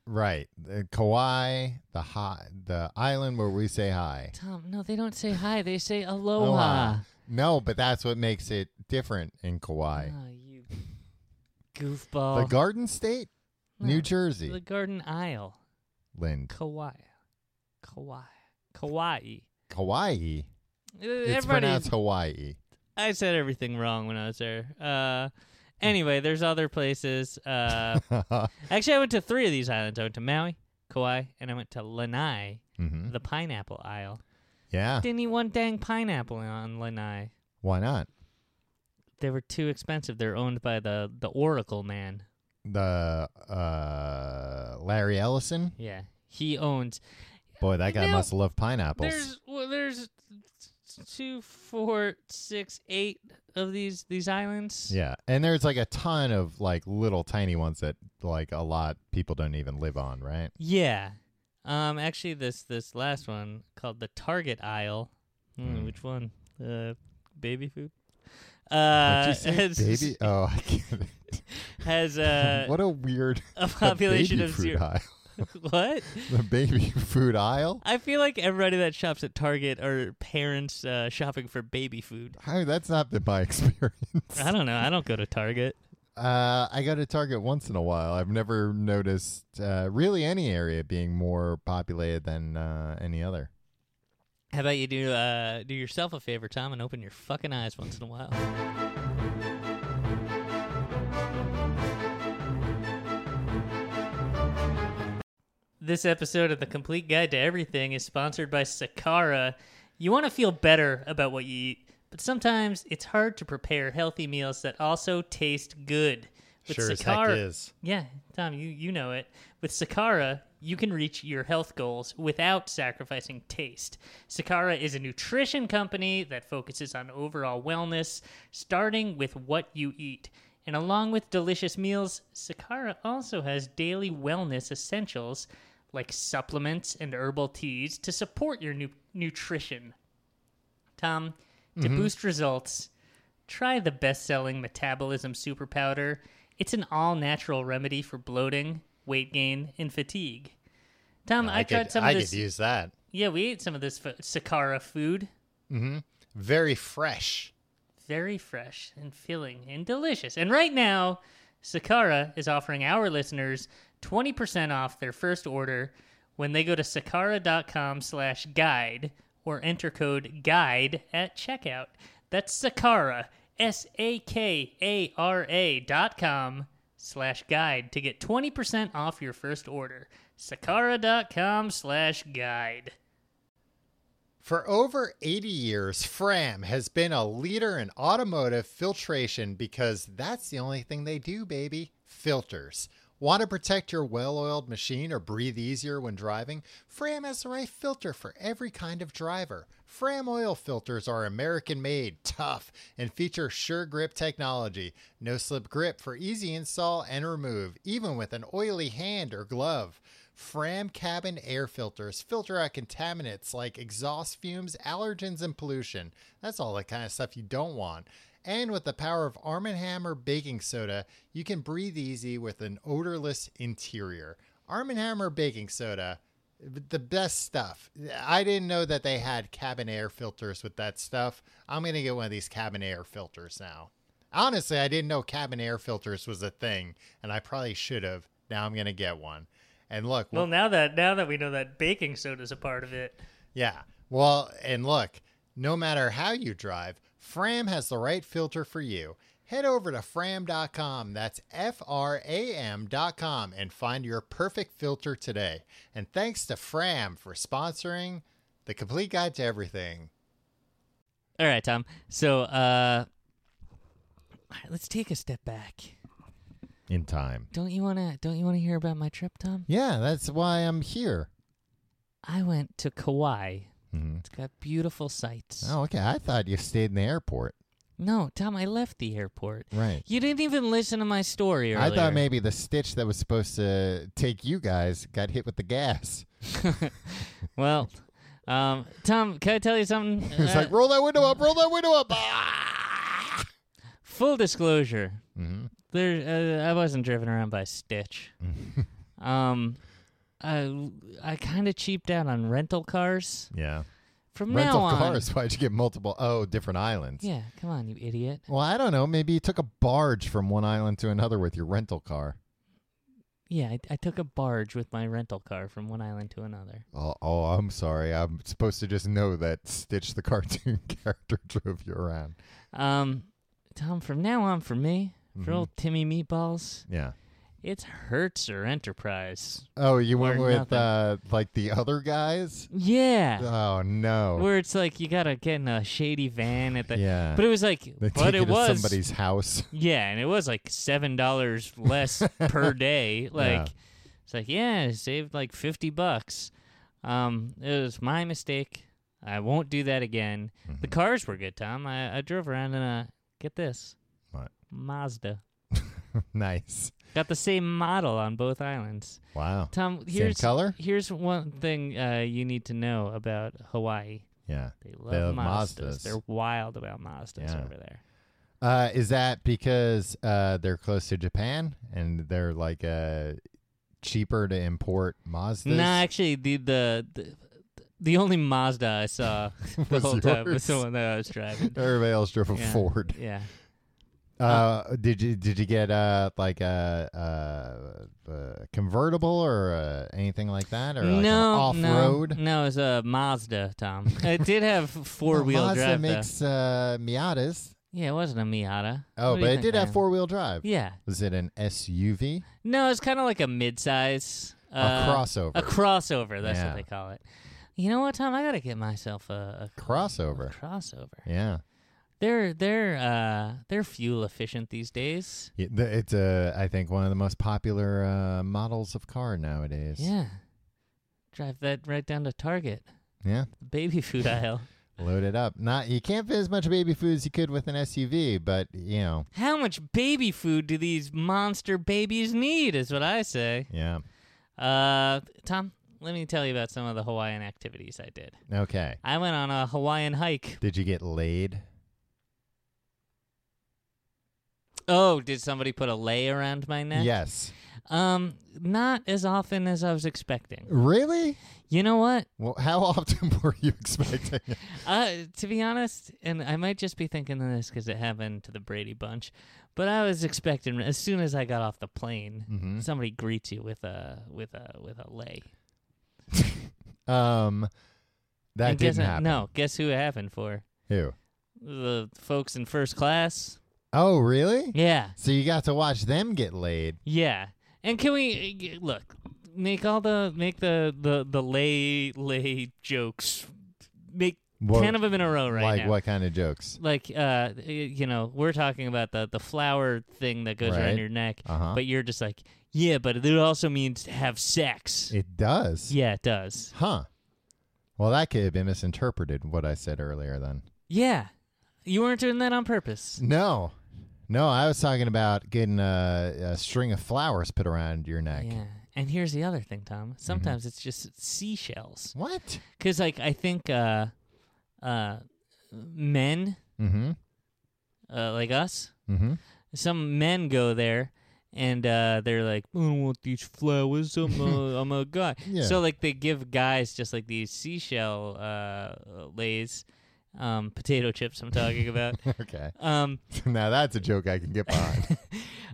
B: Right, Uh, Kauai, the hi- the island where we say hi.
C: Tom, no, they don't say hi. They say
B: Aloha.
C: aloha.
B: No, but that's what makes it different in Kauai.
C: Oh, you goofball.
B: The Garden State,
C: No,
B: New Jersey,
C: Oh. Hmm. The Garden Isle.
B: Lynn,
C: Kauai. Kauai. Kauai.
B: Kauai. It's pronounced Hawaii.
C: I said everything wrong when I was there. Uh,
B: Hmm.
C: anyway, there's other places. Uh, actually, I went to three of these islands. I went to Maui, Kauai, and I went to Lanai,
B: hmm
C: the pineapple isle.
B: Yeah,
C: Didn't eat one dang pineapple on Lanai.
B: why not?
C: They were too expensive. They're owned by the the Oracle man.
B: The uh, Larry Ellison,
C: Yeah, he owns
B: boy, that guy
C: Now,
B: must love pineapples.
C: There's well, there's two, four, six, eight of these these islands.
B: Yeah, and there's like a ton of like little tiny ones that like a lot people don't even live on, right?
C: Yeah. Um. Actually, this this last one called the Target Isle. Hmm,
B: Hmm.
C: Which one? Uh, baby food. uh,
B: What'd you
C: has,
B: say, baby? Oh, I get it.
C: has uh,
B: what a weird
C: a
B: the
C: population
B: baby
C: of
B: food
C: zero.
B: Aisle.
C: what?
B: The baby food aisle.
C: I feel like everybody that shops at Target are parents uh, shopping for baby food.
B: I, that's not been my experience.
C: I don't know. I don't go to Target.
B: Uh, I go to Target once in a while. I've never noticed uh, really any area being more populated than uh, any other.
C: How about you do uh, do yourself a favor, Tom, and open your fucking eyes once in a while. This episode of The Complete Guide to Everything is sponsored by Sakara. You want to feel better about what you eat, but sometimes it's hard to prepare healthy meals that also taste good. With
A: sure as heck
C: Sakara,
A: is.
C: yeah, Tom, you, you know it. With Sakara, you can reach your health goals without sacrificing taste. Sakara is a nutrition company that focuses on overall wellness, starting with what you eat. And along with delicious meals, Sakara also has daily wellness essentials like supplements and herbal teas to support your nu- nutrition. Tom, to
A: Mm-hmm.
C: boost results, try the best selling metabolism super powder. It's an all natural remedy for bloating, weight gain, and fatigue.
B: Um,
C: Tom, I,
A: Oh, I,
C: tried
A: could,
C: some
A: I
C: of this.
A: could use that.
C: Yeah, we ate some of this f- Sakara food.
B: Mm-hmm.
A: Very fresh.
C: Very fresh and filling and delicious. And right now, Sakara is offering our listeners 20% off their first order when they go to sakara.com slash guide or enter code guide at checkout. That's Sakara, S-A-K-A-R-A dot com slash guide to get 20% off your first order. Sakara.com slash guide.
A: For over 80 years, Fram has been a leader in automotive filtration because that's the only thing they do, baby. Filters. Want to protect your well oiled machine or breathe easier when driving? Fram has the right filter for every kind of driver. Fram oil filters are American made, tough, and feature sure grip technology. No slip grip for easy install and remove, even with an oily hand or glove. Fram cabin air filters filter out contaminants like exhaust fumes, allergens, and pollution. That's all the kind of stuff you don't want. And with the power of Arm & Hammer baking soda, you can breathe easy with an odorless interior. Arm & Hammer baking soda, the best stuff. I didn't know that they had cabin air filters with that stuff. I'm going to get one of these cabin air filters now. Honestly, I didn't know cabin air filters was a thing, and I probably should have. Now I'm going to get one. And look,
C: Well, now that now that we know that baking soda's a part of it,
A: yeah. Well, and look, no matter how you drive, Fram has the right filter for you. Head over to fram.com, that's F R A M.com, and find your perfect filter today. And thanks to Fram for sponsoring the complete guide to everything.
C: All right, Tom. So, uh, all right, let's take a step back.
B: In time.
C: Don't you wanna? Don't you wanna hear about my trip, Tom?
B: Yeah, that's why I'm here.
C: I went to Kauai.
B: Mhm.
C: It's got beautiful sights.
B: Oh, okay. I thought you stayed in the airport.
C: No, Tom, I left the airport.
B: Right.
C: You didn't even listen to my story earlier.
B: I thought maybe the stitch that was supposed to take you guys got hit with the gas.
C: well, um, Tom, can I tell you something?
B: It's
C: Uh,
B: like roll that window up, roll that window up. Ah!
C: full disclosure.
B: Mhm.
C: There, uh, I wasn't driven around by Stitch. um, I I kind of cheaped out on rental cars.
B: Yeah.
C: From
B: Rental
C: now on,
B: cars. Why'd you get multiple? Oh, different islands.
C: Yeah, come on, you idiot.
B: Well, I don't know. Maybe you took a barge from one island to another with your rental car.
C: Yeah, I, I took a barge with my rental car from one island to another.
B: Oh, oh, I'm sorry. I'm supposed to just know that Stitch, the cartoon character, drove you around.
C: Um, Tom, from now on, for me, for
B: Mhm.
C: old Timmy Meatballs,
B: Yeah.
C: it's Hertz or Enterprise.
B: Oh, you went
C: Or
B: with
C: nothing.
B: uh, like the other guys?
C: Yeah,
B: Oh no.
C: where it's like you gotta get in a shady van at the.
B: yeah.
C: But it was like,
B: they take
C: but
B: you
C: it
B: to
C: was
B: somebody's house.
C: yeah, and it was like seven dollars less per day. Like it's like yeah, I saved like fifty bucks. Um, it was my mistake. I won't do that again.
B: Mm-hmm.
C: The cars were good, Tom. I, I drove around in a get this
B: What?
C: Mazda.
B: nice.
C: Got the same model on both islands.
B: Wow.
C: Tom,
B: Same
C: here's
B: color?
C: here's one thing uh, you need to know about Hawaii.
B: Yeah.
C: They
B: love
C: love, Mazdas.
B: Mazdas.
C: They're wild about Mazdas
B: Yeah.
C: over there.
B: Uh, is that because uh, they're close to Japan and they're like uh, cheaper to import Mazdas?
C: No, actually, the, the the the only Mazda I saw the
B: Was
C: whole time
B: yours.
C: was the one that I was driving.
B: Everybody else drove a
C: Yeah.
B: Ford.
C: Yeah.
B: Uh, did you did you get uh like a uh, uh, convertible or uh, anything like that or like an
C: no,
B: off road?
C: No, no, it's a Mazda, Tom. it did have four
B: Well,
C: wheel
B: Mazda
C: drive. though.
B: makes uh, Miatas.
C: Yeah, it wasn't a Miata.
B: Oh,
C: What do
B: but it
C: you think
B: did
C: I
B: have
C: am?
B: four wheel drive.
C: Yeah.
B: Was it an SUV?
C: No, it's kind of like a midsize.
B: A
C: Uh,
B: crossover.
C: A crossover. That's
B: Yeah.
C: what they call it. You know what, Tom? I gotta get myself a, a
B: Crossover.
C: crossover.
B: Yeah.
C: They're they're uh they're fuel efficient these days.
B: Yeah, th- It's uh, I think one of the most popular uh, models of car nowadays.
C: Yeah. Drive that right down to Target,
B: Yeah.
C: the baby food aisle.
B: Load it up. Not you can't fit as much baby food as you could with an SUV, but you know,
C: How much baby food do these monster babies need? Is what I say.
B: yeah.
C: Uh, Tom, let me tell you about some of the Hawaiian activities I did.
B: Okay.
C: I went on a Hawaiian hike.
B: Did you get laid?
C: Oh, did somebody put a lei around my neck?
B: Yes.
C: Um, not as often as I was expecting.
B: Really?
C: You know what?
B: Well, how often were you expecting? it?
C: Uh, to be honest, and I might just be thinking of this because it happened to the Brady Bunch, but I was expecting as soon as I got off the plane,
B: Mm-hmm.
C: somebody greets you with a with a with a lei.
B: um, that
C: And guess
B: didn't
C: I-
B: happen.
C: No, guess who it happened for?
B: Who?
C: The folks in first class.
B: Oh, really?
C: Yeah,
B: So you got to watch them get laid.
C: yeah. And can we look? Make all the make the the the lay lay jokes. Make
B: What-
C: ten of them in a row right
B: like
C: now.
B: what kind of jokes?
C: like uh y- you know we're talking about the the flower thing that goes
B: Right.
C: around your neck
B: Uh-huh.
C: but you're just like yeah but it also means to have sex
B: It does.
C: yeah it does
B: Huh. Well, that could have been misinterpreted what I said earlier then.
C: yeah you weren't doing that on purpose
B: No. No, I was talking about getting a, a string of flowers put around your neck.
C: yeah and here's the other thing tom sometimes it's just seashells
B: What?
C: because like i think uh uh men
B: Mm-hmm.
C: uh, like us
B: Mm-hmm.
C: some men go there and uh, they're like, I don't want these flowers. I'm a, I'm a guy.
B: Yeah.
C: So like they give guys just like these seashell uh, lays, um, potato chips. I'm talking about.
B: Okay.
C: um,
B: now that's a joke I can get behind.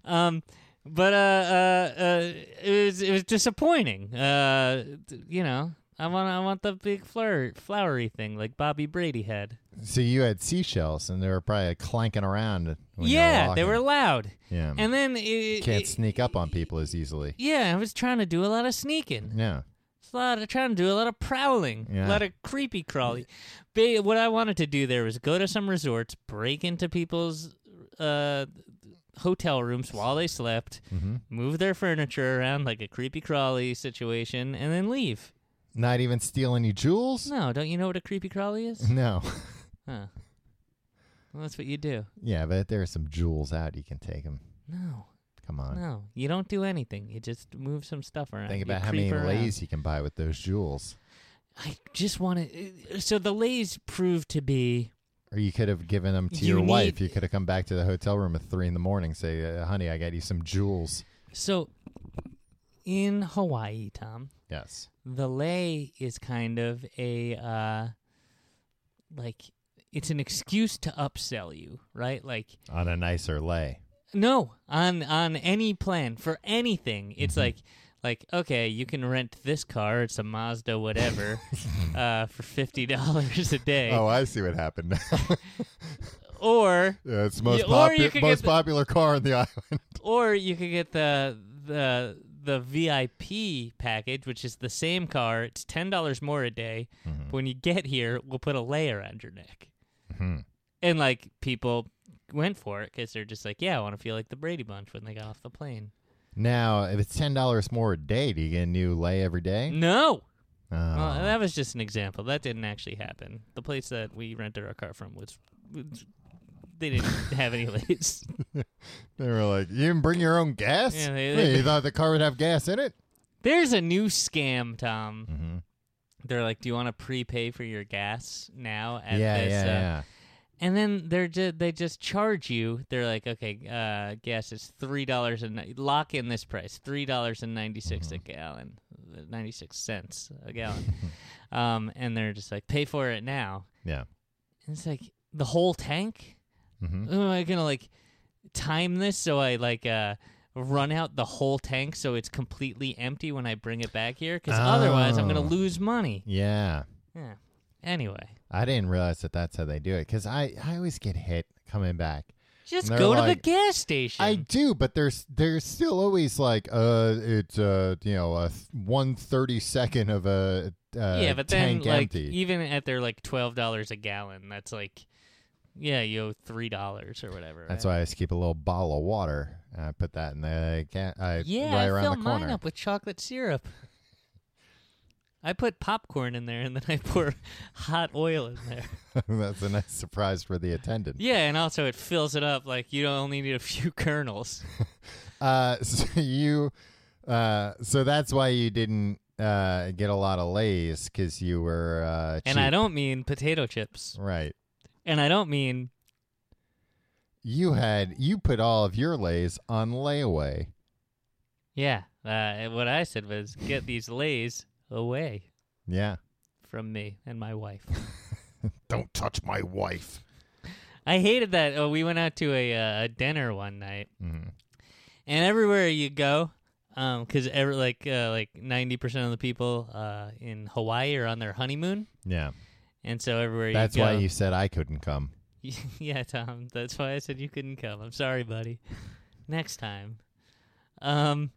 C: um, but uh, uh, uh, it was it was disappointing. Uh, d- you know, I want I want the big flower flowery thing like Bobby Brady had.
B: so you had seashells, and they were probably clanking around. When you
C: yeah, they were
B: walking.
C: loud.
B: Yeah.
C: And then it,
B: Can't
C: it-
B: sneak up on people as easily.
C: yeah, I was trying to do a lot of sneaking.
B: Yeah.
C: It's a lot of trying to do a lot of prowling,
B: Yeah.
C: a lot of creepy crawly. Ba- what I wanted to do there was go to some resorts, break into people's uh, hotel rooms while they slept,
B: Mm-hmm.
C: move their furniture around like a creepy crawly situation, and then leave.
B: Not even steal any jewels?
C: No, don't you know what a creepy crawly is?
B: No. Mm-hmm.
C: Huh. Well, that's what you do.
B: yeah, but there are some jewels out. You can take them.
C: No,
B: Come on.
C: no, you don't do anything. You just move some stuff around.
B: Think
C: You
B: about how
C: creep
B: many
C: around.
B: lays you can buy with those jewels.
C: I just want to. So the lays proved to be
B: Or you could have given them to
C: You
B: your wife.
C: need-
B: You could have come back to the hotel room at three in the morning, say, uh, "Honey, I got you some jewels."
C: So, in Hawaii, Tom,
B: Yes.
C: the lei is kind of a uh, like it's an excuse to upsell you, right? Like
B: On a nicer lay.
C: no, on on any plan for anything, it's like like okay, you can rent this car, it's a Mazda, whatever, uh, for fifty dollars a day,
B: Oh, I see what happened.
C: or
B: yeah, it's the most,
C: Yeah, or you
B: popu-
C: could
B: most
C: get the-
B: popular car on the island.
C: or you could get the the the VIP package, which is the same car. It's ten dollars more a day. But when you get here, we'll put a lay around your neck.
B: Mm-hmm.
C: And like people went for it because they're just like, yeah, I want to feel like the Brady Bunch when they got off the plane.
B: Now, if it's ten dollars more a day, do you get a new lay every day? Oh.
C: No, well, Mm. Uh, that was just an example. That didn't actually happen. The place that we rented our car from was. was- they didn't have any lays.
B: they were like, "You didn't bring your own gas?
C: Yeah,
B: Wait,
C: they- they-
B: you thought the car would have gas in it?"
C: There's a new scam, Tom.
B: Mm-hmm.
C: They're like, "Do you want to prepay for your gas now?" At
B: Yeah,
C: this,
B: yeah,
C: uh,
B: yeah.
C: and then they're ju- they just charge you. They're like, okay, uh, gas is three dollars and ni- lock in this price, three dollars and ninety
B: Mm-hmm.
C: a gallon, ninety six cents a gallon. um, and they're just like, pay for it now.
B: Yeah.
C: And it's like the whole tank.
B: hmm
C: Am I gonna like time this so I like uh run out the whole tank so it's completely empty when I bring it back here? Because otherwise, I'm gonna
B: Oh.
C: lose money.
B: Yeah.
C: Yeah. Anyway,
B: I didn't realize that that's how they do it because I, I always get hit coming back.
C: just
B: They're
C: go to the
B: like,
C: gas station.
B: I do, but there's there's still always like uh it's uh you know a th- one thirty second of a uh,
C: yeah, but then
B: tank
C: like
B: empty.
C: even at their like twelve dollars a gallon, that's like yeah, you owe three dollars or whatever.
B: That's
C: right?
B: why I just keep a little bottle of water. and I put that in the can. I,
C: Yeah,
B: right
C: I
B: around
C: filled
B: the
C: mine
B: corner.
C: up with chocolate syrup. I put popcorn in there and then I pour hot oil in there.
B: That's a nice surprise for the attendant.
C: Yeah, and also it fills it up like you don't only need a few kernels.
B: Uh, so you, uh, so that's why you didn't uh get a lot of lays because you were uh
C: And I
B: cheap.
C: don't mean potato chips.
B: right.
C: And I don't mean
B: You had you put all of your lays on layaway.
C: yeah. Uh, what I said was get these lays away
B: Yeah.
C: from me and my wife.
B: Don't touch my wife.
C: I hated that. Oh, we went out to a, uh, a dinner one night,
B: hmm
C: and everywhere you go, because every like uh, like ninety percent of the people uh, in Hawaii are on their honeymoon,
B: Yeah.
C: and so everywhere
B: That's
C: you go,
B: why you said I couldn't come.
C: yeah, Tom. That's why I said you couldn't come. I'm sorry, buddy. Next time. Um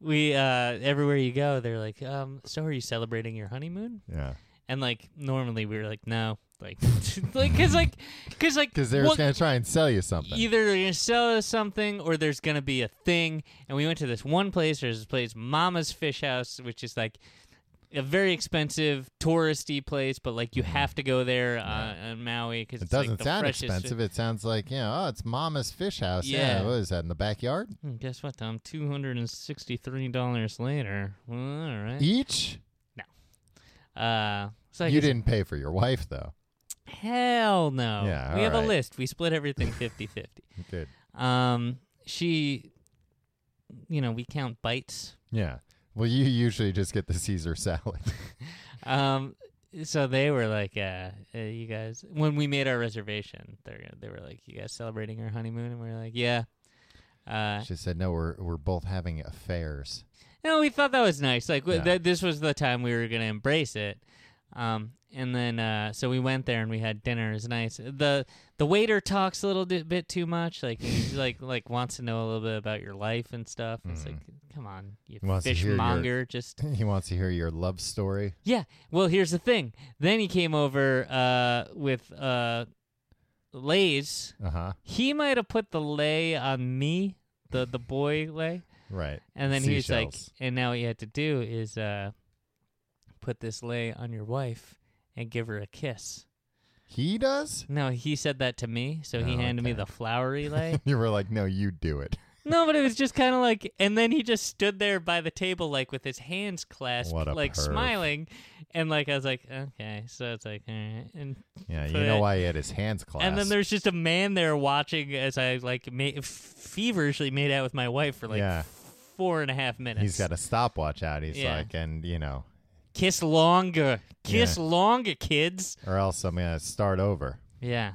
C: we uh everywhere you go, they're like, um, so are you celebrating your honeymoon?
B: Yeah.
C: And like normally we were like, no. Like like cuz like cuz like
B: Because they were
C: what-
B: going to try and sell you something.
C: Either they're gonna sell us something, or there's gonna be a thing. And we went to this one place. There's this place, Mama's Fish House, which is like a very expensive touristy place, but like you have to go there uh, on Maui because
B: Mm. it doesn't
C: like the
B: sound
C: freshest fi-
B: expensive. It sounds like, you know, oh, it's Mama's fish house. Yeah.
C: Yeah.
B: What is that, in the backyard?
C: Hmm, Guess what, Tom? Two hundred and sixty-three dollars later. Well, all right.
B: Each?
C: Uh, so I
B: you
C: guess-
B: didn't pay for your wife, though.
C: Hell no.
B: Yeah,
C: we
B: all
C: have
B: right.
C: a list. We split everything 50-50.
B: Good.
C: Um, she, you know, we count bites.
B: Yeah. Well, you usually just get the Caesar salad.
C: Um, so they were like, uh, uh, you guys, when we made our reservation, they are they were like, you guys celebrating our honeymoon, and we were like, yeah. Uh,
B: she said, no, we're, we're both having affairs.
C: No, we thought that was nice. Like w
B: Yeah.
C: th- this was the time we were gonna embrace it. Um, and then uh, so we went there and we had dinner. It was nice. the The waiter talks a little di- bit too much. Like he's like like wants to know a little bit about your life and stuff. It's
B: Mhm.
C: like, come on, you
B: Wants to hear your-
C: fishmonger. Just
B: he wants to hear your love story.
C: yeah. Well, here's the thing. Then he came over uh, with uh, lays.
B: Uh huh.
C: He might have put the lay on me, the the boy lay.
B: Right.
C: And then he's like,
B: Seashells.
C: and now what you had to do is uh, put this lay on your wife and give her a kiss.
B: He does?
C: No, he said that to me, so he
B: Oh,
C: handed me
B: okay.
C: the flowery lay.
B: You were like, no, you do it.
C: no, but it was just kind of like, and then he just stood there by the table, like with his hands clasped,
B: What a
C: like
B: perv.
C: smiling, and like I was like, okay, so it's like, all right, and
B: Yeah, you
C: Put
B: know
C: it-
B: why he had his hands clasped.
C: and then there's just a man there watching as I like ma- feverishly made out with my wife for like
B: Yeah.
C: four and a half minutes.
B: He's got a stopwatch out. He's
C: Yeah.
B: like, and you know,
C: kiss longer, kiss
B: Yeah.
C: longer, kids.
B: or else I'm gonna start over.
C: Yeah,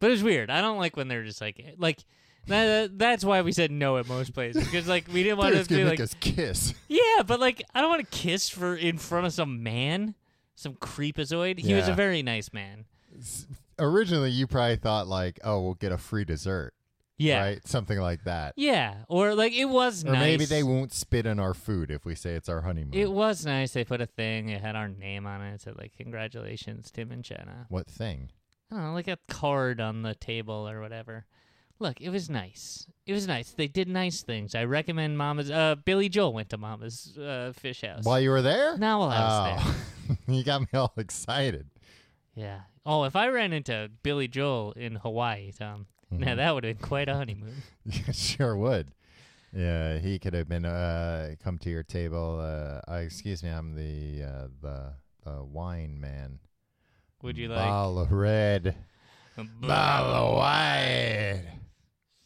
C: but it's weird. I don't like when they're just like like. That, that's why we said no at most places because like we didn't want
B: They're
C: to
B: just gonna
C: be
B: make
C: like
B: us kiss.
C: yeah, but like I don't want to kiss for in front of some man, some creepazoid. He was a
B: Yeah.
C: very nice man.
B: Originally, you probably thought like, oh, we'll get a free dessert,
C: Yeah,
B: right? Something like that.
C: yeah, or like it was
B: Or
C: nice.
B: maybe they won't spit on our food if we say it's our honeymoon.
C: It was nice. They put a thing. It had our name on it. It said like congratulations, Tim and Jenna.
B: what thing?
C: I don't know, like a card on the table or whatever. Look, it was nice. It was nice. They did nice things. I recommend Mama's. Uh, Billy Joel went to Mama's uh, Fish House.
B: While you were there?
C: Not while I was
B: oh. you got me all excited.
C: Yeah. Oh, if I ran into Billy Joel in Hawaii, Tom,
B: Mm-hmm.
C: now that would have been quite a honeymoon.
B: You sure would. Yeah, he could have been uh, come to your table. Uh, uh, excuse me, I'm the uh, the uh, wine man.
C: Would you like?
B: Bottle of red. By the wide.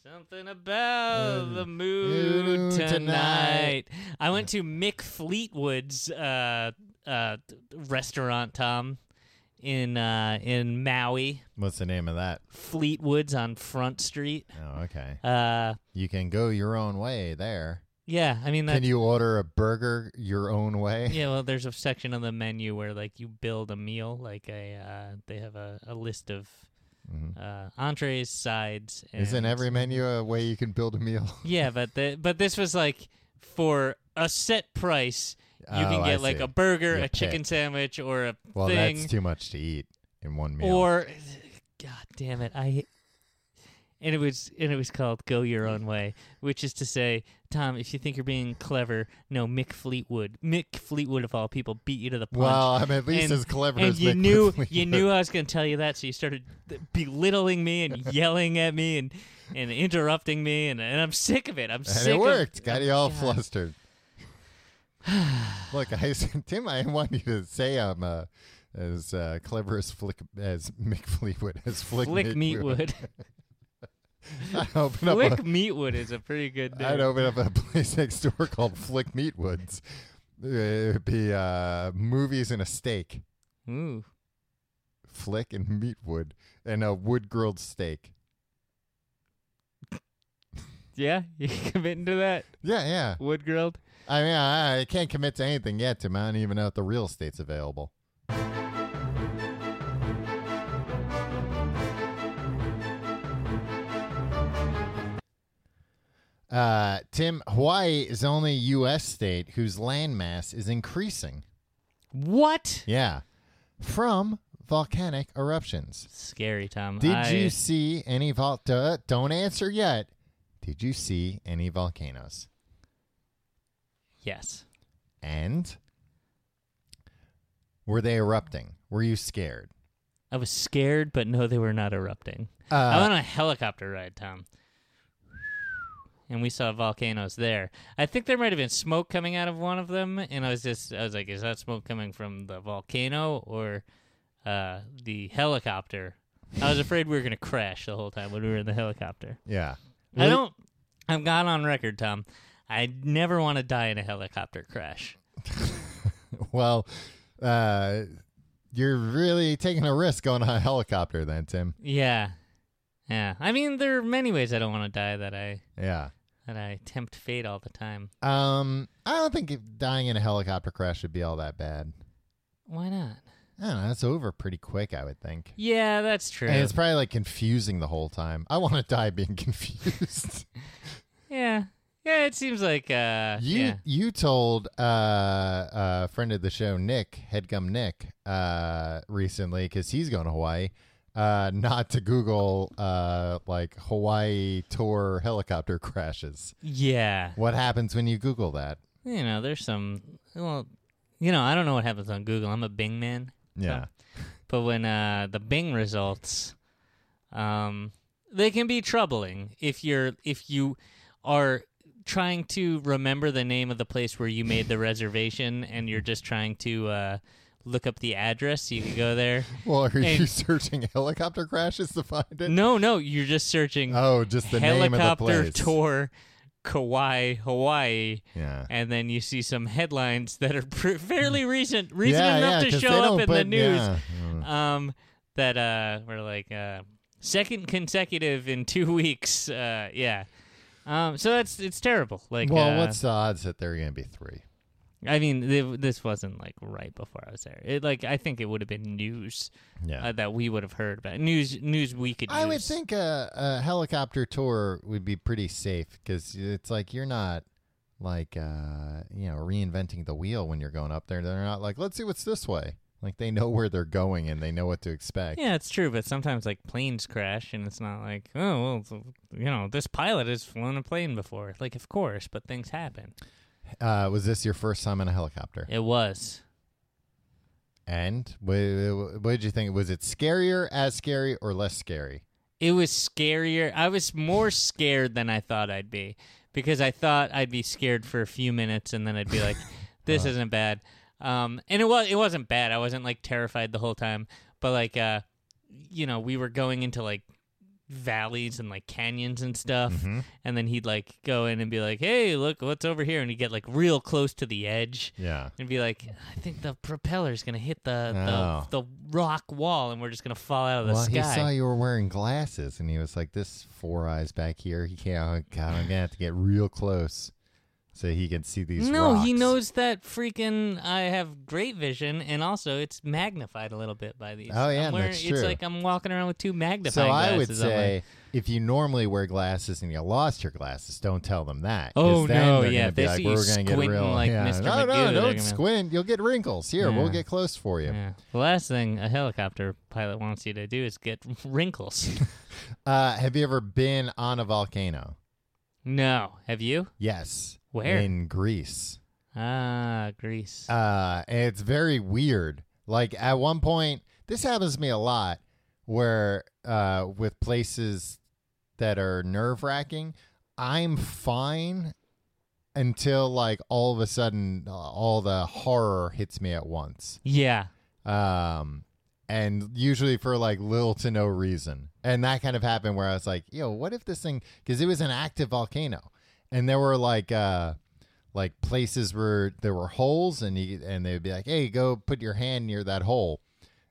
C: Something about the
B: Mm. mood
C: mood
B: tonight.
C: tonight. I went to Mick Fleetwood's uh, uh, restaurant, Tom, in uh, in Maui.
B: What's the name of that?
C: Fleetwood's on Front Street.
B: Oh, okay.
C: Uh,
B: You can go your own way there.
C: yeah, I mean that.
B: Can you order a burger your own way?
C: yeah, well, there's a section on the menu where like you build a meal, like a uh, they have a, a list of
B: Mhm.
C: uh, entrees, sides. And
B: Isn't every menu a way you can build a meal?
C: Yeah, but the, but this was like for a set price, you
B: Oh,
C: can
B: I
C: get like
B: see.
C: a burger,
B: You
C: a chicken
B: pick.
C: sandwich, or a
B: Well,
C: thing,
B: that's too much to eat in one meal.
C: or God damn it, I. And it was and it was called "Go Your Own Way," which is to say, Tom, if you think you're being clever, no, Mick Fleetwood, Mick Fleetwood of all people, beat you to the punch.
B: well, I'm at least
C: And-
B: as clever
C: and
B: as
C: you
B: Mick
C: knew
B: Fleetwood.
C: you knew I was going to tell you that, so you started belittling me and yelling at me and and interrupting me, and, and I'm sick of it. I'm
B: And
C: sick.
B: it worked.
C: Of,
B: Got you all
C: God.
B: flustered. Look, I Tim, I want you to say I'm uh, as uh, clever as Flick as Mick Fleetwood as Flick,
C: Flick
B: Meatwood.
C: Meatwood.
B: I'd open up.
C: Flick
B: A,
C: Meatwood is a pretty good name.
B: I'd open up a place next door called Flick Meatwoods. It'd be uh, movies and a steak,
C: Ooh.
B: Flick and Meatwood, and a wood grilled steak.
C: Yeah, you committing to that?
B: Yeah, yeah.
C: Wood grilled?
B: I mean, I, I can't commit to anything yet, Tim. I don't even know if the real estate's available. Uh, Tim, Hawaii is the only U.S. state whose landmass is increasing.
C: What?
B: Yeah. From volcanic eruptions.
C: Scary, Tom.
B: Did
C: I-
B: you see any vol? Duh, Don't answer yet. Did you see any volcanoes?
C: Yes.
B: And were they erupting? Were you scared?
C: I was scared, but no, they were not erupting.
B: Uh,
C: I went on a helicopter ride, Tom. And we saw volcanoes there. I think there might have been smoke coming out of one of them, and I was just, I was like, is that smoke coming from the volcano or uh, the helicopter? I was afraid we were going to crash the whole time when we were in the helicopter.
B: yeah.
C: I don't. I've got on record, Tom. I never want to die in a helicopter crash.
B: Well, uh, you're really taking a risk on a helicopter, then, Tim.
C: Yeah, yeah. I mean, there are many ways I don't want to die that I
B: Yeah.
C: that I tempt fate all the time.
B: Um, I don't think if dying in a helicopter crash would be all that bad.
C: Why not?
B: I don't know. That's over pretty quick, I would think.
C: Yeah, that's true.
B: And it's probably like confusing the whole time. I want to die being confused.
C: yeah, yeah. It seems like uh,
B: You
C: yeah.
B: you told uh, a friend of the show, Nick Headgum Nick, uh, recently because he's going to Hawaii, uh, not to Google uh, like Hawaii tour helicopter crashes.
C: yeah.
B: What happens when you Google that?
C: You know, there's some. Well, you know, I don't know what happens on Google. I'm a Bing man.
B: Yeah,
C: But when uh, the Bing results, um, they can be troubling if you're if you are trying to remember the name of the place where you made the reservation and you're just trying to uh, look up the address so you can go there.
B: well, are you
C: And-
B: searching helicopter crashes to find it?
C: No, no, you're just searching
B: Oh, just the name of the
C: helicopter
B: place.
C: tour Kauai, Hawaii,
B: Yeah.
C: and then you see some headlines that are pr- fairly recent, recent
B: yeah,
C: enough
B: yeah,
C: to
B: 'cause they
C: show up
B: don't
C: in the
B: put-
C: news.
B: yeah. Mm.
C: um, that uh, were like uh, second consecutive in two weeks. Uh, yeah. Um, so that's it's terrible. Like,
B: well,
C: uh,
B: what's the odds that there are going to be three?
C: I mean, th- this wasn't like right before I was there. It like I think it would have been news
B: Yeah.
C: uh, that we would have heard about news news we could.
B: I would
C: use.
B: think a, a helicopter tour would be pretty safe because it's like you're not like uh, you know reinventing the wheel when you're going up there. They're not like let's see what's this way. Like they know where they're going and they know what to expect.
C: Yeah, it's true, but sometimes like planes crash, and it's not like oh well, it's, you know, this pilot has flown a plane before. Like, of course, but things happen.
B: Uh, was this your first time in a helicopter?
C: It was
B: And what, what did you think? Was it scarier, as scary, or less scary?
C: it was scarier. I was more scared than I thought I'd be because I thought I'd be scared for a few minutes and then I'd be like, "This
B: Uh-huh.
C: isn't bad." Um, and it was it wasn't bad. I wasn't like terrified the whole time, but like uh, you know, we were going into like valleys and like canyons and stuff.
B: Mm-hmm.
C: And then he'd like go in and be like, hey, look, what's over here? And he'd get like real close to the edge
B: Yeah.
C: and be like, I think the propeller's going to hit the,
B: Oh.
C: the, the rock wall and we're just going to fall out of the
B: well,
C: sky.
B: he saw you were wearing glasses, and he was like, "This four eyes back here. He can't. Oh, God, I'm gonna have to get real close so he can see these."
C: no, he
B: rocks."
C: knows that freaking I have great vision, and also it's magnified a little bit by these.
B: Oh, yeah,
C: I'm
B: that's
C: It's
B: true.
C: like I'm walking around with two magnifying
B: So I would
C: glasses. on my-
B: say, if you normally wear glasses and you lost your glasses, don't tell them that. 'cause
C: Oh,
B: then
C: no,
B: they're
C: yeah,
B: gonna
C: if
B: be
C: they
B: like,
C: see
B: "We're
C: you
B: gonna get
C: squinting
B: real."
C: like
B: yeah.
C: Mr.
B: No, no,
C: McGoo, they're
B: don't
C: gonna-
B: squint. You'll get wrinkles. Here, we'll
C: Yeah.
B: get close for you.
C: Yeah. The last thing a helicopter pilot wants you to do is get wrinkles.
B: Uh, have you ever been on a volcano?
C: no, have you?
B: Yes.
C: Where?
B: In Greece.
C: Ah, Greece.
B: Uh, and it's very weird. Like at one point, this happens to me a lot, where uh, with places that are nerve wracking, I'm fine until like all of a sudden uh, all the horror hits me at once.
C: yeah.
B: Um, and usually for like little to no reason. And that kind of happened where I was like, yo, what if this thing, because it was an active volcano and there were like, uh, like places where there were holes and you, and they'd be like, Hey, go put your hand near that hole.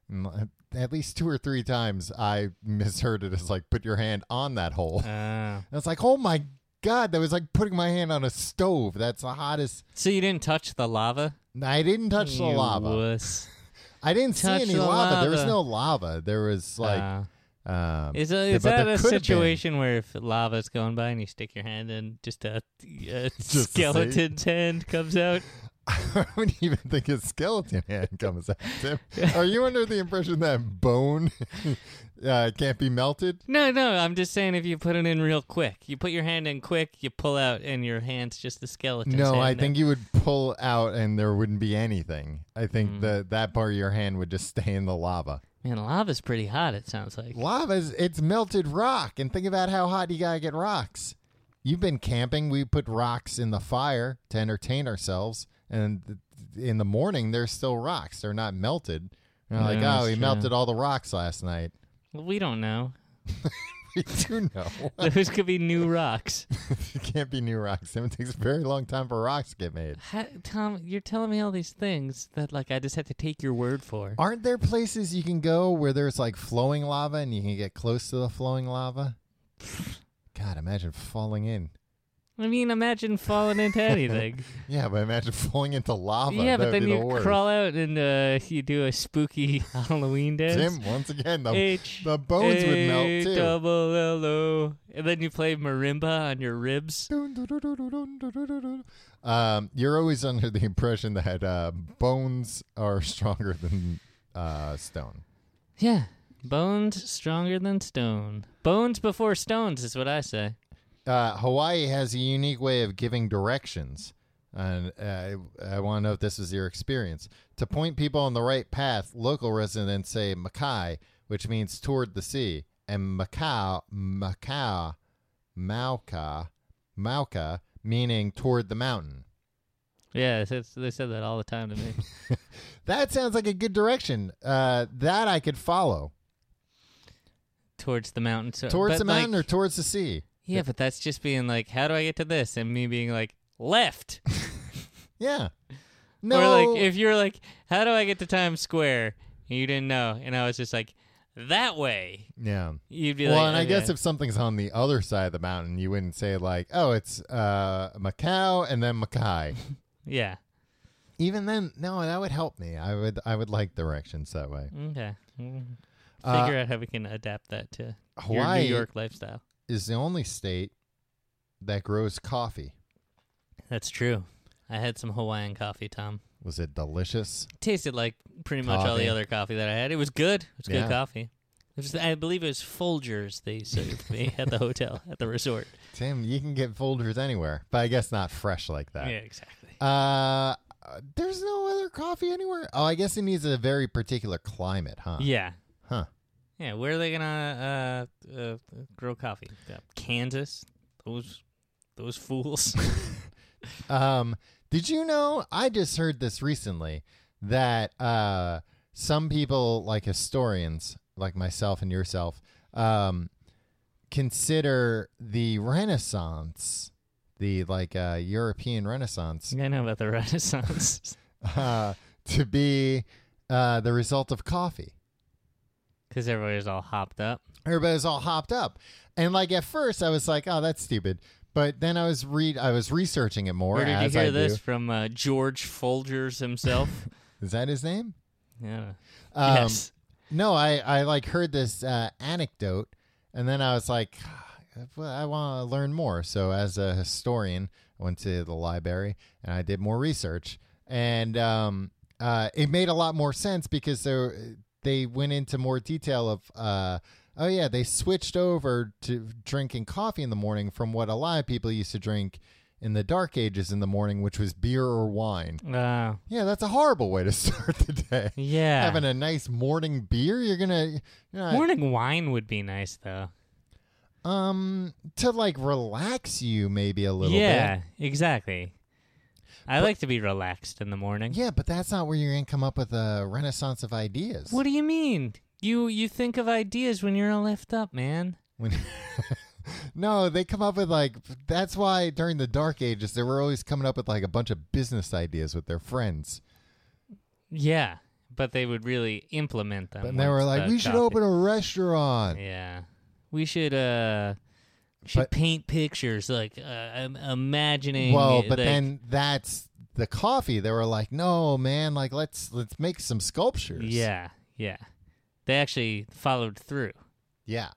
B: And uh, at least two or three times I misheard it as like, put your hand on that hole. And
C: Ah.
B: I was like, Oh my God, that was like putting my hand on a stove. That's the hottest.
C: so you didn't touch the lava?
B: I didn't touch the
C: You
B: lava.
C: wuss.
B: I didn't
C: Touch
B: see any
C: the
B: lava. There was
C: lava.
B: no lava. There was like,
C: Ah.
B: um,
C: Is, a,
B: th-
C: is
B: but
C: that
B: there
C: a
B: could have been.
C: situation where if lava's going by and you stick your hand in, just a, a
B: to see.
C: skeleton's hand comes out?
B: I wouldn't even think a skeleton hand comes out. Tim. Are you under the impression that bone uh, can't be melted?
C: No, no, I'm just saying if you put it in real quick, you put your hand in quick, you pull out, and your hand's just the skeleton.
B: No, I think you would pull out and there wouldn't be anything. I think
C: Hmm.
B: that that part of your hand would just stay in the lava.
C: Man, lava's pretty hot, it sounds like.
B: Lava's it's melted rock, and think about how hot you gotta get rocks. You've been camping. We put rocks in the fire to entertain ourselves, and th- in the morning there's still rocks. They're not melted. You're like,
C: Yeah,
B: oh,
C: that's
B: we
C: true.
B: melted all the rocks last night.
C: Well, we don't know.
B: We do know.
C: Those could be new rocks.
B: it can't be new rocks. It takes a very long time for rocks to get made.
C: How, Tom, you're telling me all these things that like I just have to take your word for.
B: Aren't there places you can go where there's like flowing lava and you can get close to the flowing lava? God, imagine falling in.
C: I mean, imagine falling into anything.
B: Yeah, but imagine falling into lava.
C: yeah,
B: that
C: but
B: would
C: then
B: be the
C: you
B: worst.
C: crawl out and uh, you do a spooky Halloween dance.
B: Tim, once again, the,
C: H
B: the bones would melt
C: A
B: too.
C: Double L O. And then you play marimba on your ribs.
B: Dun, dun, dun, dun, dun, dun, dun, dun. Um, you're always under the impression that uh, bones are stronger than uh, stone.
C: Yeah. Bones stronger than stone. Bones before stones is what I say.
B: Uh, Hawaii has a unique way of giving directions. And uh, I, I want to know if this was your experience. To point people on the right path, local residents say Makai, which means toward the sea, and Macau, Macau, Mauka, Mauka, meaning toward the mountain.
C: Yeah, they said- they said that all the time to me.
B: That sounds like a good direction. Uh, that I could follow
C: towards the mountain. So,
B: towards
C: but
B: the mountain
C: like-
B: or towards the sea.
C: yeah, but that's just being like, how do I get to this? And me being like, left.
B: Yeah. No.
C: Or like if you're like, how do I get to Times Square? And you didn't know, and I was just like, that way.
B: yeah.
C: You'd be
B: Well,
C: like,
B: and I guess
C: okay.
B: if something's on the other side of the mountain, you wouldn't say like, "Oh, it's uh, Macau and then Mackay."
C: yeah,
B: Even then, no, that would help me. I would, I would like directions that way.
C: okay. Mm.
B: Uh,
C: Figure out how we can adapt that to your
B: Hawaii
C: New York lifestyle.
B: is the only state that grows coffee.
C: That's true. I had some Hawaiian coffee, Tom.
B: Was it delicious?
C: Tasted like pretty much all
B: Coffee.
C: the other coffee that I had. It was good. It was
B: Yeah.
C: good coffee. It was, I believe it was Folgers they served me at the hotel at the resort.
B: Tim, you can get folders anywhere, but I guess not fresh like that.
C: Yeah, exactly.
B: Uh, there's no other coffee anywhere. Oh, I guess it needs a very particular climate, huh?
C: Yeah.
B: Uh, Huh.
C: Yeah, where are they gonna uh, uh, grow coffee? Uh, Kansas? Those those fools.
B: Um, did you know? I just heard this recently that uh, some people, like historians, like myself and yourself, um, consider the Renaissance, the like uh, European Renaissance,
C: I know about the Renaissance
B: uh, to be uh, the result of coffee.
C: because everybody's all hopped up.
B: everybody's all hopped up and like at first i was like oh that's stupid but then i was read i was researching it more
C: Where did you
B: as
C: hear
B: I
C: this
B: do.
C: from? Uh, George Folgers himself.
B: is that his name
C: yeah.
B: um,
C: yes.
B: no i i like heard this uh, anecdote and then i was like "Ah, "Well, i want to learn more so as a historian i went to the library and i did more research and um, uh, it made a lot more sense because there, they went into more detail of uh, oh yeah they switched over to drinking coffee in the morning from what a lot of people used to drink in the dark ages in the morning which was beer or wine
C: Uh,
B: yeah that's a horrible way to start the day
C: yeah.
B: having a nice morning beer you're gonna you're not-
C: Morning wine would be nice though.
B: um to like relax you maybe a little
C: Yeah, exactly. I like to be relaxed in the morning.
B: bit yeah but that's not where you're gonna come up with a renaissance of ideas
C: What do you mean? You you think of ideas when you're all left up, man.
B: When- no, they come up with like that's why during the dark ages they were always coming up with like a bunch of business ideas with their friends.
C: Yeah, but they would really implement them.
B: But they were
C: once
B: like,
C: the
B: "We should
C: coffee-
B: open a restaurant."
C: Yeah, we should uh should
B: But-
C: paint pictures like uh, I'm imagining.
B: Well,
C: it,
B: but
C: like-
B: then that's the coffee. They were like, "No, man, like let's let's make some sculptures."
C: yeah, yeah, they actually followed through.
B: Yeah.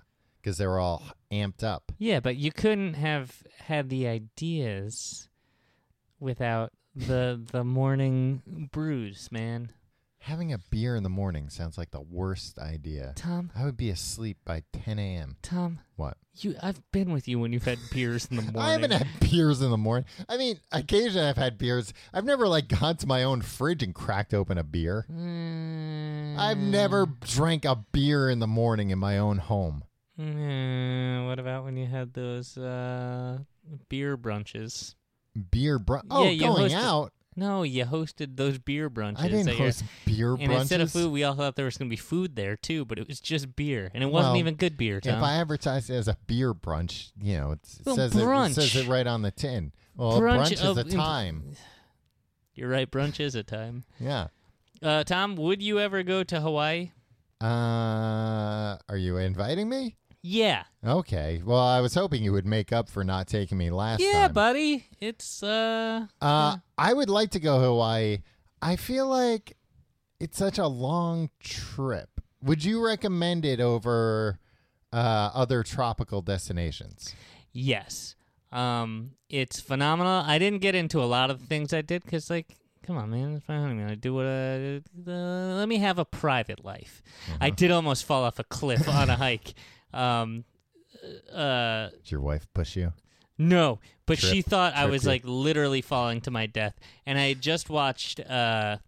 B: Cuz they were all amped up.
C: Yeah, but you couldn't have had the ideas without the the morning brews, man.
B: Having a beer in the morning sounds like the worst idea.
C: Tom,
B: I would be asleep by 10 a.m.
C: Tom,
B: What?
C: you I've been with you when you've had beers in the morning.
B: I haven't had beers in the morning. I mean, occasionally I've had beers. I've never like gone to my own fridge and cracked open a beer.
C: Mm,
B: I've never drank a beer in the morning in my own home.
C: mm, what about when you had those uh, beer brunches?
B: Beer brunch. Oh,
C: Yeah, you
B: going
C: hosted-
B: out.
C: No, you hosted those beer brunches.
B: I didn't
C: that you're-
B: host beer
C: and
B: brunches.
C: instead of food, we all thought there was going to be food there too, but it was just beer, and it wasn't
B: Well,
C: even good beer. Tom.
B: if I advertise it as a beer brunch, you know, it's, it,
C: Well,
B: says it, it
C: brunch.
B: says it right on the tin. Well, a
C: Brunch
B: brunch, is
C: of-
B: a time.
C: You're right, brunch is a time.
B: Yeah.
C: Uh, Tom, would you ever go to Hawaii?
B: Uh, are you inviting me?
C: Yeah.
B: Okay. Well, I was hoping you would make up for not taking me last
C: yeah,
B: time.
C: buddy. It's uh
B: Uh, I would like to go Hawaii. I feel like it's such a long trip. Would you recommend it over uh, other tropical destinations?
C: yes. Um it's phenomenal. I didn't get into a lot of the things I did cuz like come on man, it's my honeymoon. I do what I uh, let me have a private life.
B: Uh-huh.
C: I did almost fall off a cliff on a hike. Um uh
B: Did your wife push you?
C: No, but
B: Trip-
C: she thought I
B: trip
C: was
B: you.
C: like literally falling to my death, and I had just watched uh,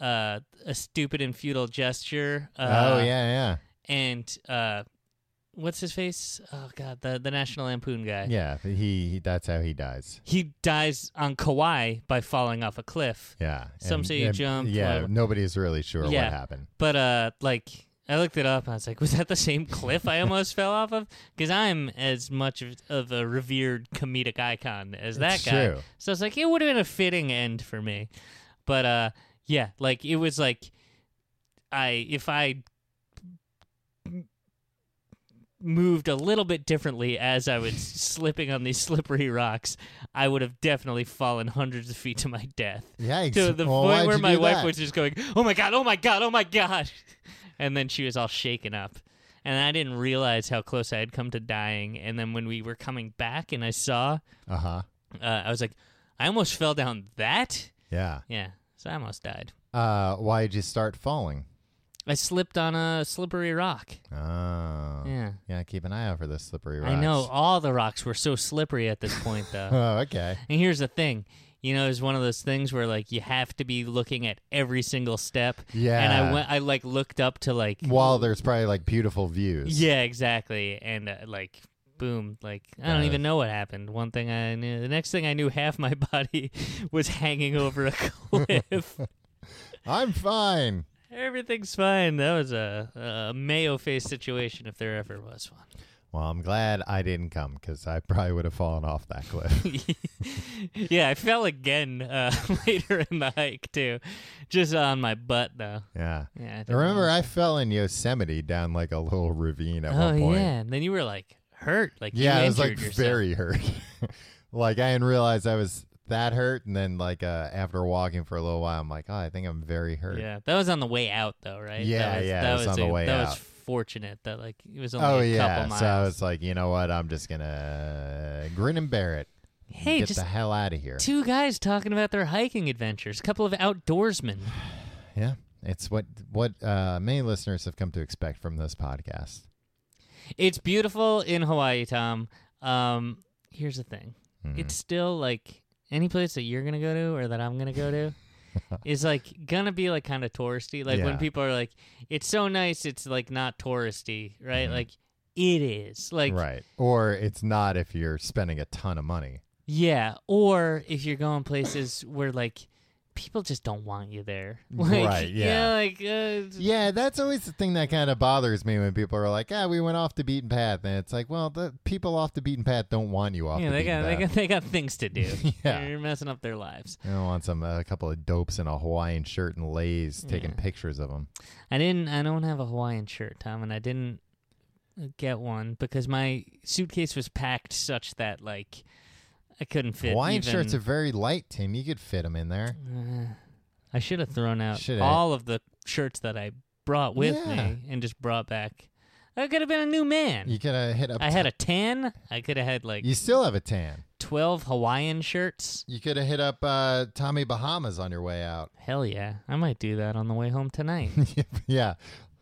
C: uh, a stupid and futile gesture. Uh,
B: oh yeah, yeah,
C: and uh, what's his face? Oh god, the the National Lampoon guy.
B: yeah. He, he that's how he dies.
C: He dies on Kauai by falling off a cliff.
B: Yeah.
C: Some say you jumped,
B: Yeah.
C: whatever.
B: Nobody's really sure
C: Yeah.
B: what happened.
C: But uh, like I looked it up, and I was like, was that the same cliff I almost fell off of? Because I'm as much of, of a revered comedic icon as that
B: It's
C: guy.
B: true.
C: So it's like it would have been a fitting end for me. But uh, yeah, like it was like I if I moved a little bit differently as I was slipping on these slippery rocks, I would have definitely fallen hundreds of feet to my death
B: Yeah.
C: to the point where my wife was just going, "Oh my god, oh my god, oh my god," and then she was all shaken up, and I didn't realize how close I had come to dying. And then when we were coming back, and I saw,
B: Uh huh.
C: uh, I was like, "I almost fell down that."
B: Yeah.
C: Yeah, so I almost died.
B: Uh, why did you start falling?
C: I slipped on a slippery rock.
B: Oh.
C: Yeah.
B: Yeah. Keep an eye out for the slippery rocks.
C: I know all the rocks were so slippery at this point, though.
B: Oh, okay.
C: and here's the thing. You know, it's one of those things where like you have to be looking at every single step. And I
B: Yeah.
C: went, I like looked up to like
B: While there's probably like beautiful views.
C: Yeah, exactly. And uh, like, boom, like I don't
B: Uh,
C: even know what happened. One thing I knew, the next thing I knew, half my body was hanging over a cliff,
B: I'm fine.
C: Everything's fine. That was a, a mayo face situation, if there ever was one.
B: Well, I'm glad I didn't come because I probably would have fallen off that cliff.
C: yeah, I fell again uh, later in the hike too, just on my butt though.
B: yeah.
C: Yeah, I
B: I
C: don't
B: remember
C: know.
B: I fell in Yosemite down like a little ravine at
C: Oh
B: one point.
C: yeah, and then you were like hurt, like you
B: Yeah, I was like
C: injured yourself.
B: very hurt. like I didn't realize I was that hurt, and then like uh, after walking for a little while, I'm like, oh, I think I'm very hurt.
C: Yeah, that was on the way out though, right?
B: Yeah,
C: that was,
B: yeah,
C: that
B: it was on the
C: a-
B: way
C: that
B: out.
C: was fortunate that like it was only
B: Oh
C: a
B: yeah.
C: couple miles.
B: So I was like, you know what? I'm just gonna grin and bear it. and
C: Hey,
B: get
C: just
B: the hell out of here.
C: two guys talking about their hiking adventures. A couple of outdoorsmen.
B: yeah, it's what what uh, many listeners have come to expect from this podcast.
C: It's beautiful in Hawaii, Tom. Um, here's the thing.
B: Hmm. Mm-hmm.
C: It's still like any place that you're gonna go to or that I'm gonna go to is like gonna be like kind of touristy. Like
B: Yeah.
C: when people are like, "It's so nice," it's like not touristy, right? Like it is. Like
B: Mm-hmm. right, or it's not if you're spending a ton of money.
C: yeah. Or if you're going places where like people just don't want you there. Like,
B: Right, yeah.
C: like uh,
B: Yeah, that's always the thing that kind of bothers me when people are like, "Ah, we went off the beaten path," and it's like, "Well, the people off the beaten path don't want you off
C: yeah,
B: the
C: they
B: beaten
C: got, they
B: path.
C: got they got things to do.
B: Yeah.
C: You're messing up their lives.
B: They don't want some a couple of dopes in a Hawaiian shirt and lays taking
C: Yeah.
B: pictures of them."
C: I didn't. I don't have a Hawaiian shirt, Tom, and I didn't get one because my suitcase was packed such that like I couldn't fit.
B: Hawaiian
C: even-
B: shirts are very light, Tim. You could fit them in there.
C: Uh, I should have thrown out
B: Shoulda.
C: all of the shirts that I brought with
B: Yeah.
C: me and just brought back. I could have been a new man.
B: You could have hit up.
C: I had a tan. I could have had like
B: You still have a tan.
C: twelve Hawaiian shirts.
B: You could have hit up uh, Tommy Bahamas on your way out.
C: Hell yeah, I might do that on the way home tonight.
B: yeah.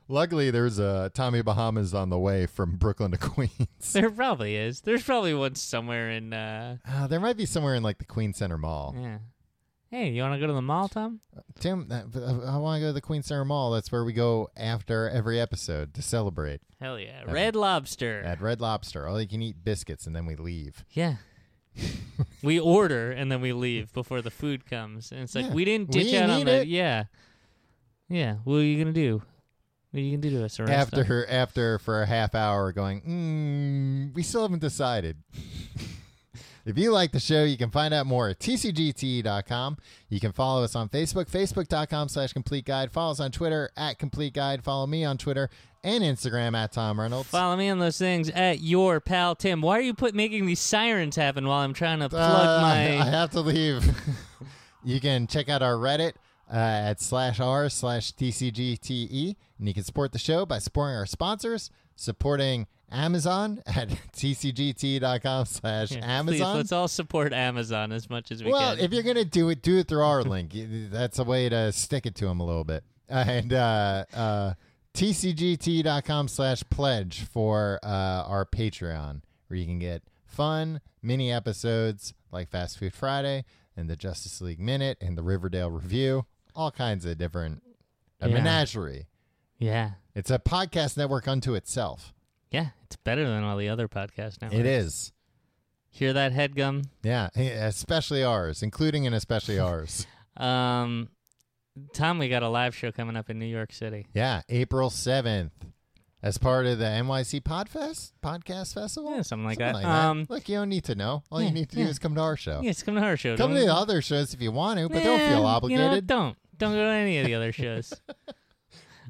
B: Luckily, there's a Tommy Bahamas on the way from Brooklyn to Queens.
C: there probably is. There's probably one somewhere in. uh
B: Uh, there might be somewhere in like the Queen Center Mall.
C: Yeah. Hey, you want to go to the mall, Tom?
B: Tim, that, I want to go to the Queen Center Mall. That's where we go after every episode to celebrate
C: Hell yeah. Red Lobster.
B: at Red Lobster. All you can eat biscuits, and then we leave.
C: yeah. we order and then we leave before the food comes. And it's like,
B: Yeah.
C: we didn't
B: We
C: ditch out on
B: need
C: the.
B: it.
C: Yeah. Yeah. What are you going to do? What are you going to do to us? arrest
B: after
C: them?
B: after for a half hour, going. Mm, we still haven't decided. if you like the show, you can find out more at tcgt.com. You can follow us on Facebook, facebook.com slash complete guide. Follow us on Twitter at complete guide. Follow me on Twitter and Instagram at Tom Reynolds.
C: Follow me on those things at your pal Tim. Why are you put making these sirens happen while I'm trying to plug
B: Uh,
C: my.
B: I have to leave. you can check out our Reddit uh, at slash r slash tcgte, E, and you can support the show by supporting our sponsors, supporting Amazon at tcgt.com slash
C: Yeah, Please,
B: Amazon.
C: let's all support Amazon as much as we
B: Well,
C: can.
B: if you're gonna do it, do it through our link. Y- That's a way to stick it to them a little bit. And uh, uh, tcgt.com slash pledge for uh, our Patreon, where you can get fun mini episodes like Fast Food Friday and the Justice League Minute and the Riverdale Review, all kinds of different a
C: Yeah.
B: menagerie.
C: yeah.
B: It's a podcast network unto itself.
C: Yeah. It's better than all the other podcasts now.
B: It is.
C: Hear that headgum?
B: Yeah, especially ours, including and especially ours.
C: Um, Tom, we got a live show coming up in New York City.
B: Yeah, April 7th as part of the NYC Podfest Podcast Festival.
C: Yeah, something like that.
B: Something
C: um,
B: Look, you don't need to know. All
C: yeah,
B: you need to
C: yeah.
B: do is come to our show.
C: yeah, it's coming to our show.
B: Come to
C: Don't-
B: the other shows if you want to, but don't
C: Nah,
B: feel
C: you know what?
B: obligated.
C: don't don't go to any of the other shows.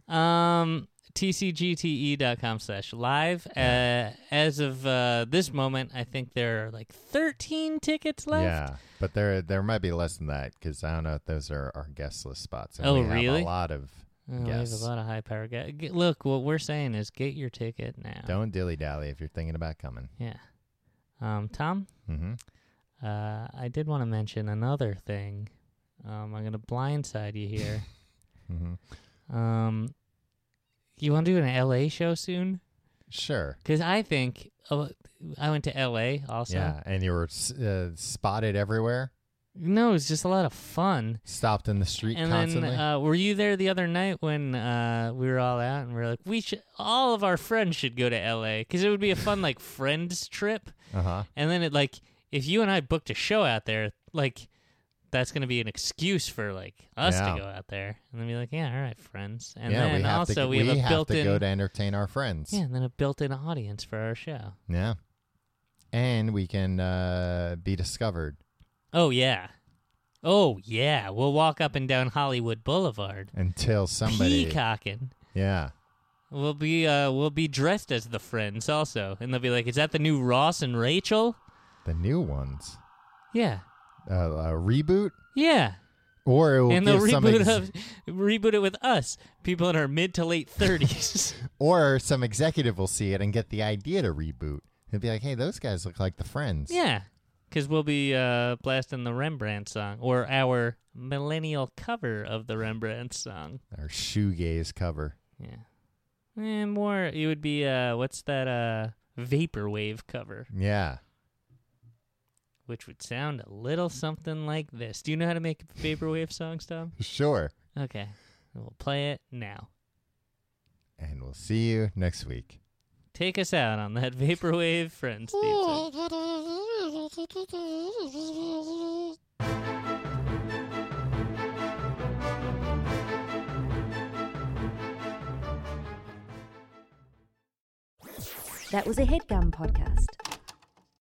C: um, tcgte.com E slash live. Uh, as of uh, this moment, I think there are like 13 tickets left.
B: yeah, but there there might be less than that because I don't know if those are our guest list spots. and
C: Oh,
B: we have
C: really?
B: a lot of
C: Oh, we have a
B: Yes.
C: lot of high power guys. Look, what we're saying is get your ticket now.
B: don't dilly dally if you're thinking about coming.
C: Yeah. Um, Tom,
B: Mm-hmm.
C: Uh, I did want to mention another thing. Um, I'm gonna blindside you here.
B: Mm-hmm.
C: um, you want to do an LA show soon?
B: Sure.
C: Because I think oh, I went to LA also.
B: Yeah, and you were s- uh, spotted everywhere,
C: No, it's just a lot of fun.
B: stopped in the street
C: And
B: constantly.
C: then uh, were you there the other night when uh, we were all out and we are like, we should all of our friends should go to LA because it would be a fun like friends trip.
B: uh huh.
C: And then it like if you and I booked a show out there, like that's going to be an excuse for like us
B: Yeah.
C: to go out there and then be like, yeah, all right, friends. And
B: yeah, we
C: then
B: have
C: also
B: to,
C: we
B: we
C: have a
B: have to
C: built-in
B: go to entertain our friends.
C: yeah, and then a built-in audience for our show.
B: Yeah. And we can uh, be discovered.
C: Oh yeah, oh yeah. We'll walk up and down Hollywood Boulevard,
B: until somebody
C: peacocking.
B: yeah
C: We'll be uh, we'll be dressed as the friends also, and they'll be like, "Is that the new Ross and Rachel?"
B: the new ones
C: Yeah,
B: uh, a reboot
C: yeah.
B: or it will
C: and they'll
B: give some
C: reboot
B: ex-
C: of, reboot it with us, people in our mid to late thirties.
B: or some executive will see it and get the idea to reboot and be like hey those guys look like the friends
C: yeah, because we'll be uh, blasting the Rembrandt song or our millennial cover of the Rembrandt song.
B: or shoegaze cover
C: Yeah, and more. It would be uh, what's that uh, vaporwave cover,
B: yeah
C: which would sound a little something like this. Do you know how to make vaporwave songs, Tom?
B: sure
C: Okay, we'll play it now.
B: and we'll see you next week
C: Take us out on that vaporwave friends theme song.
D: That was a headgum podcast.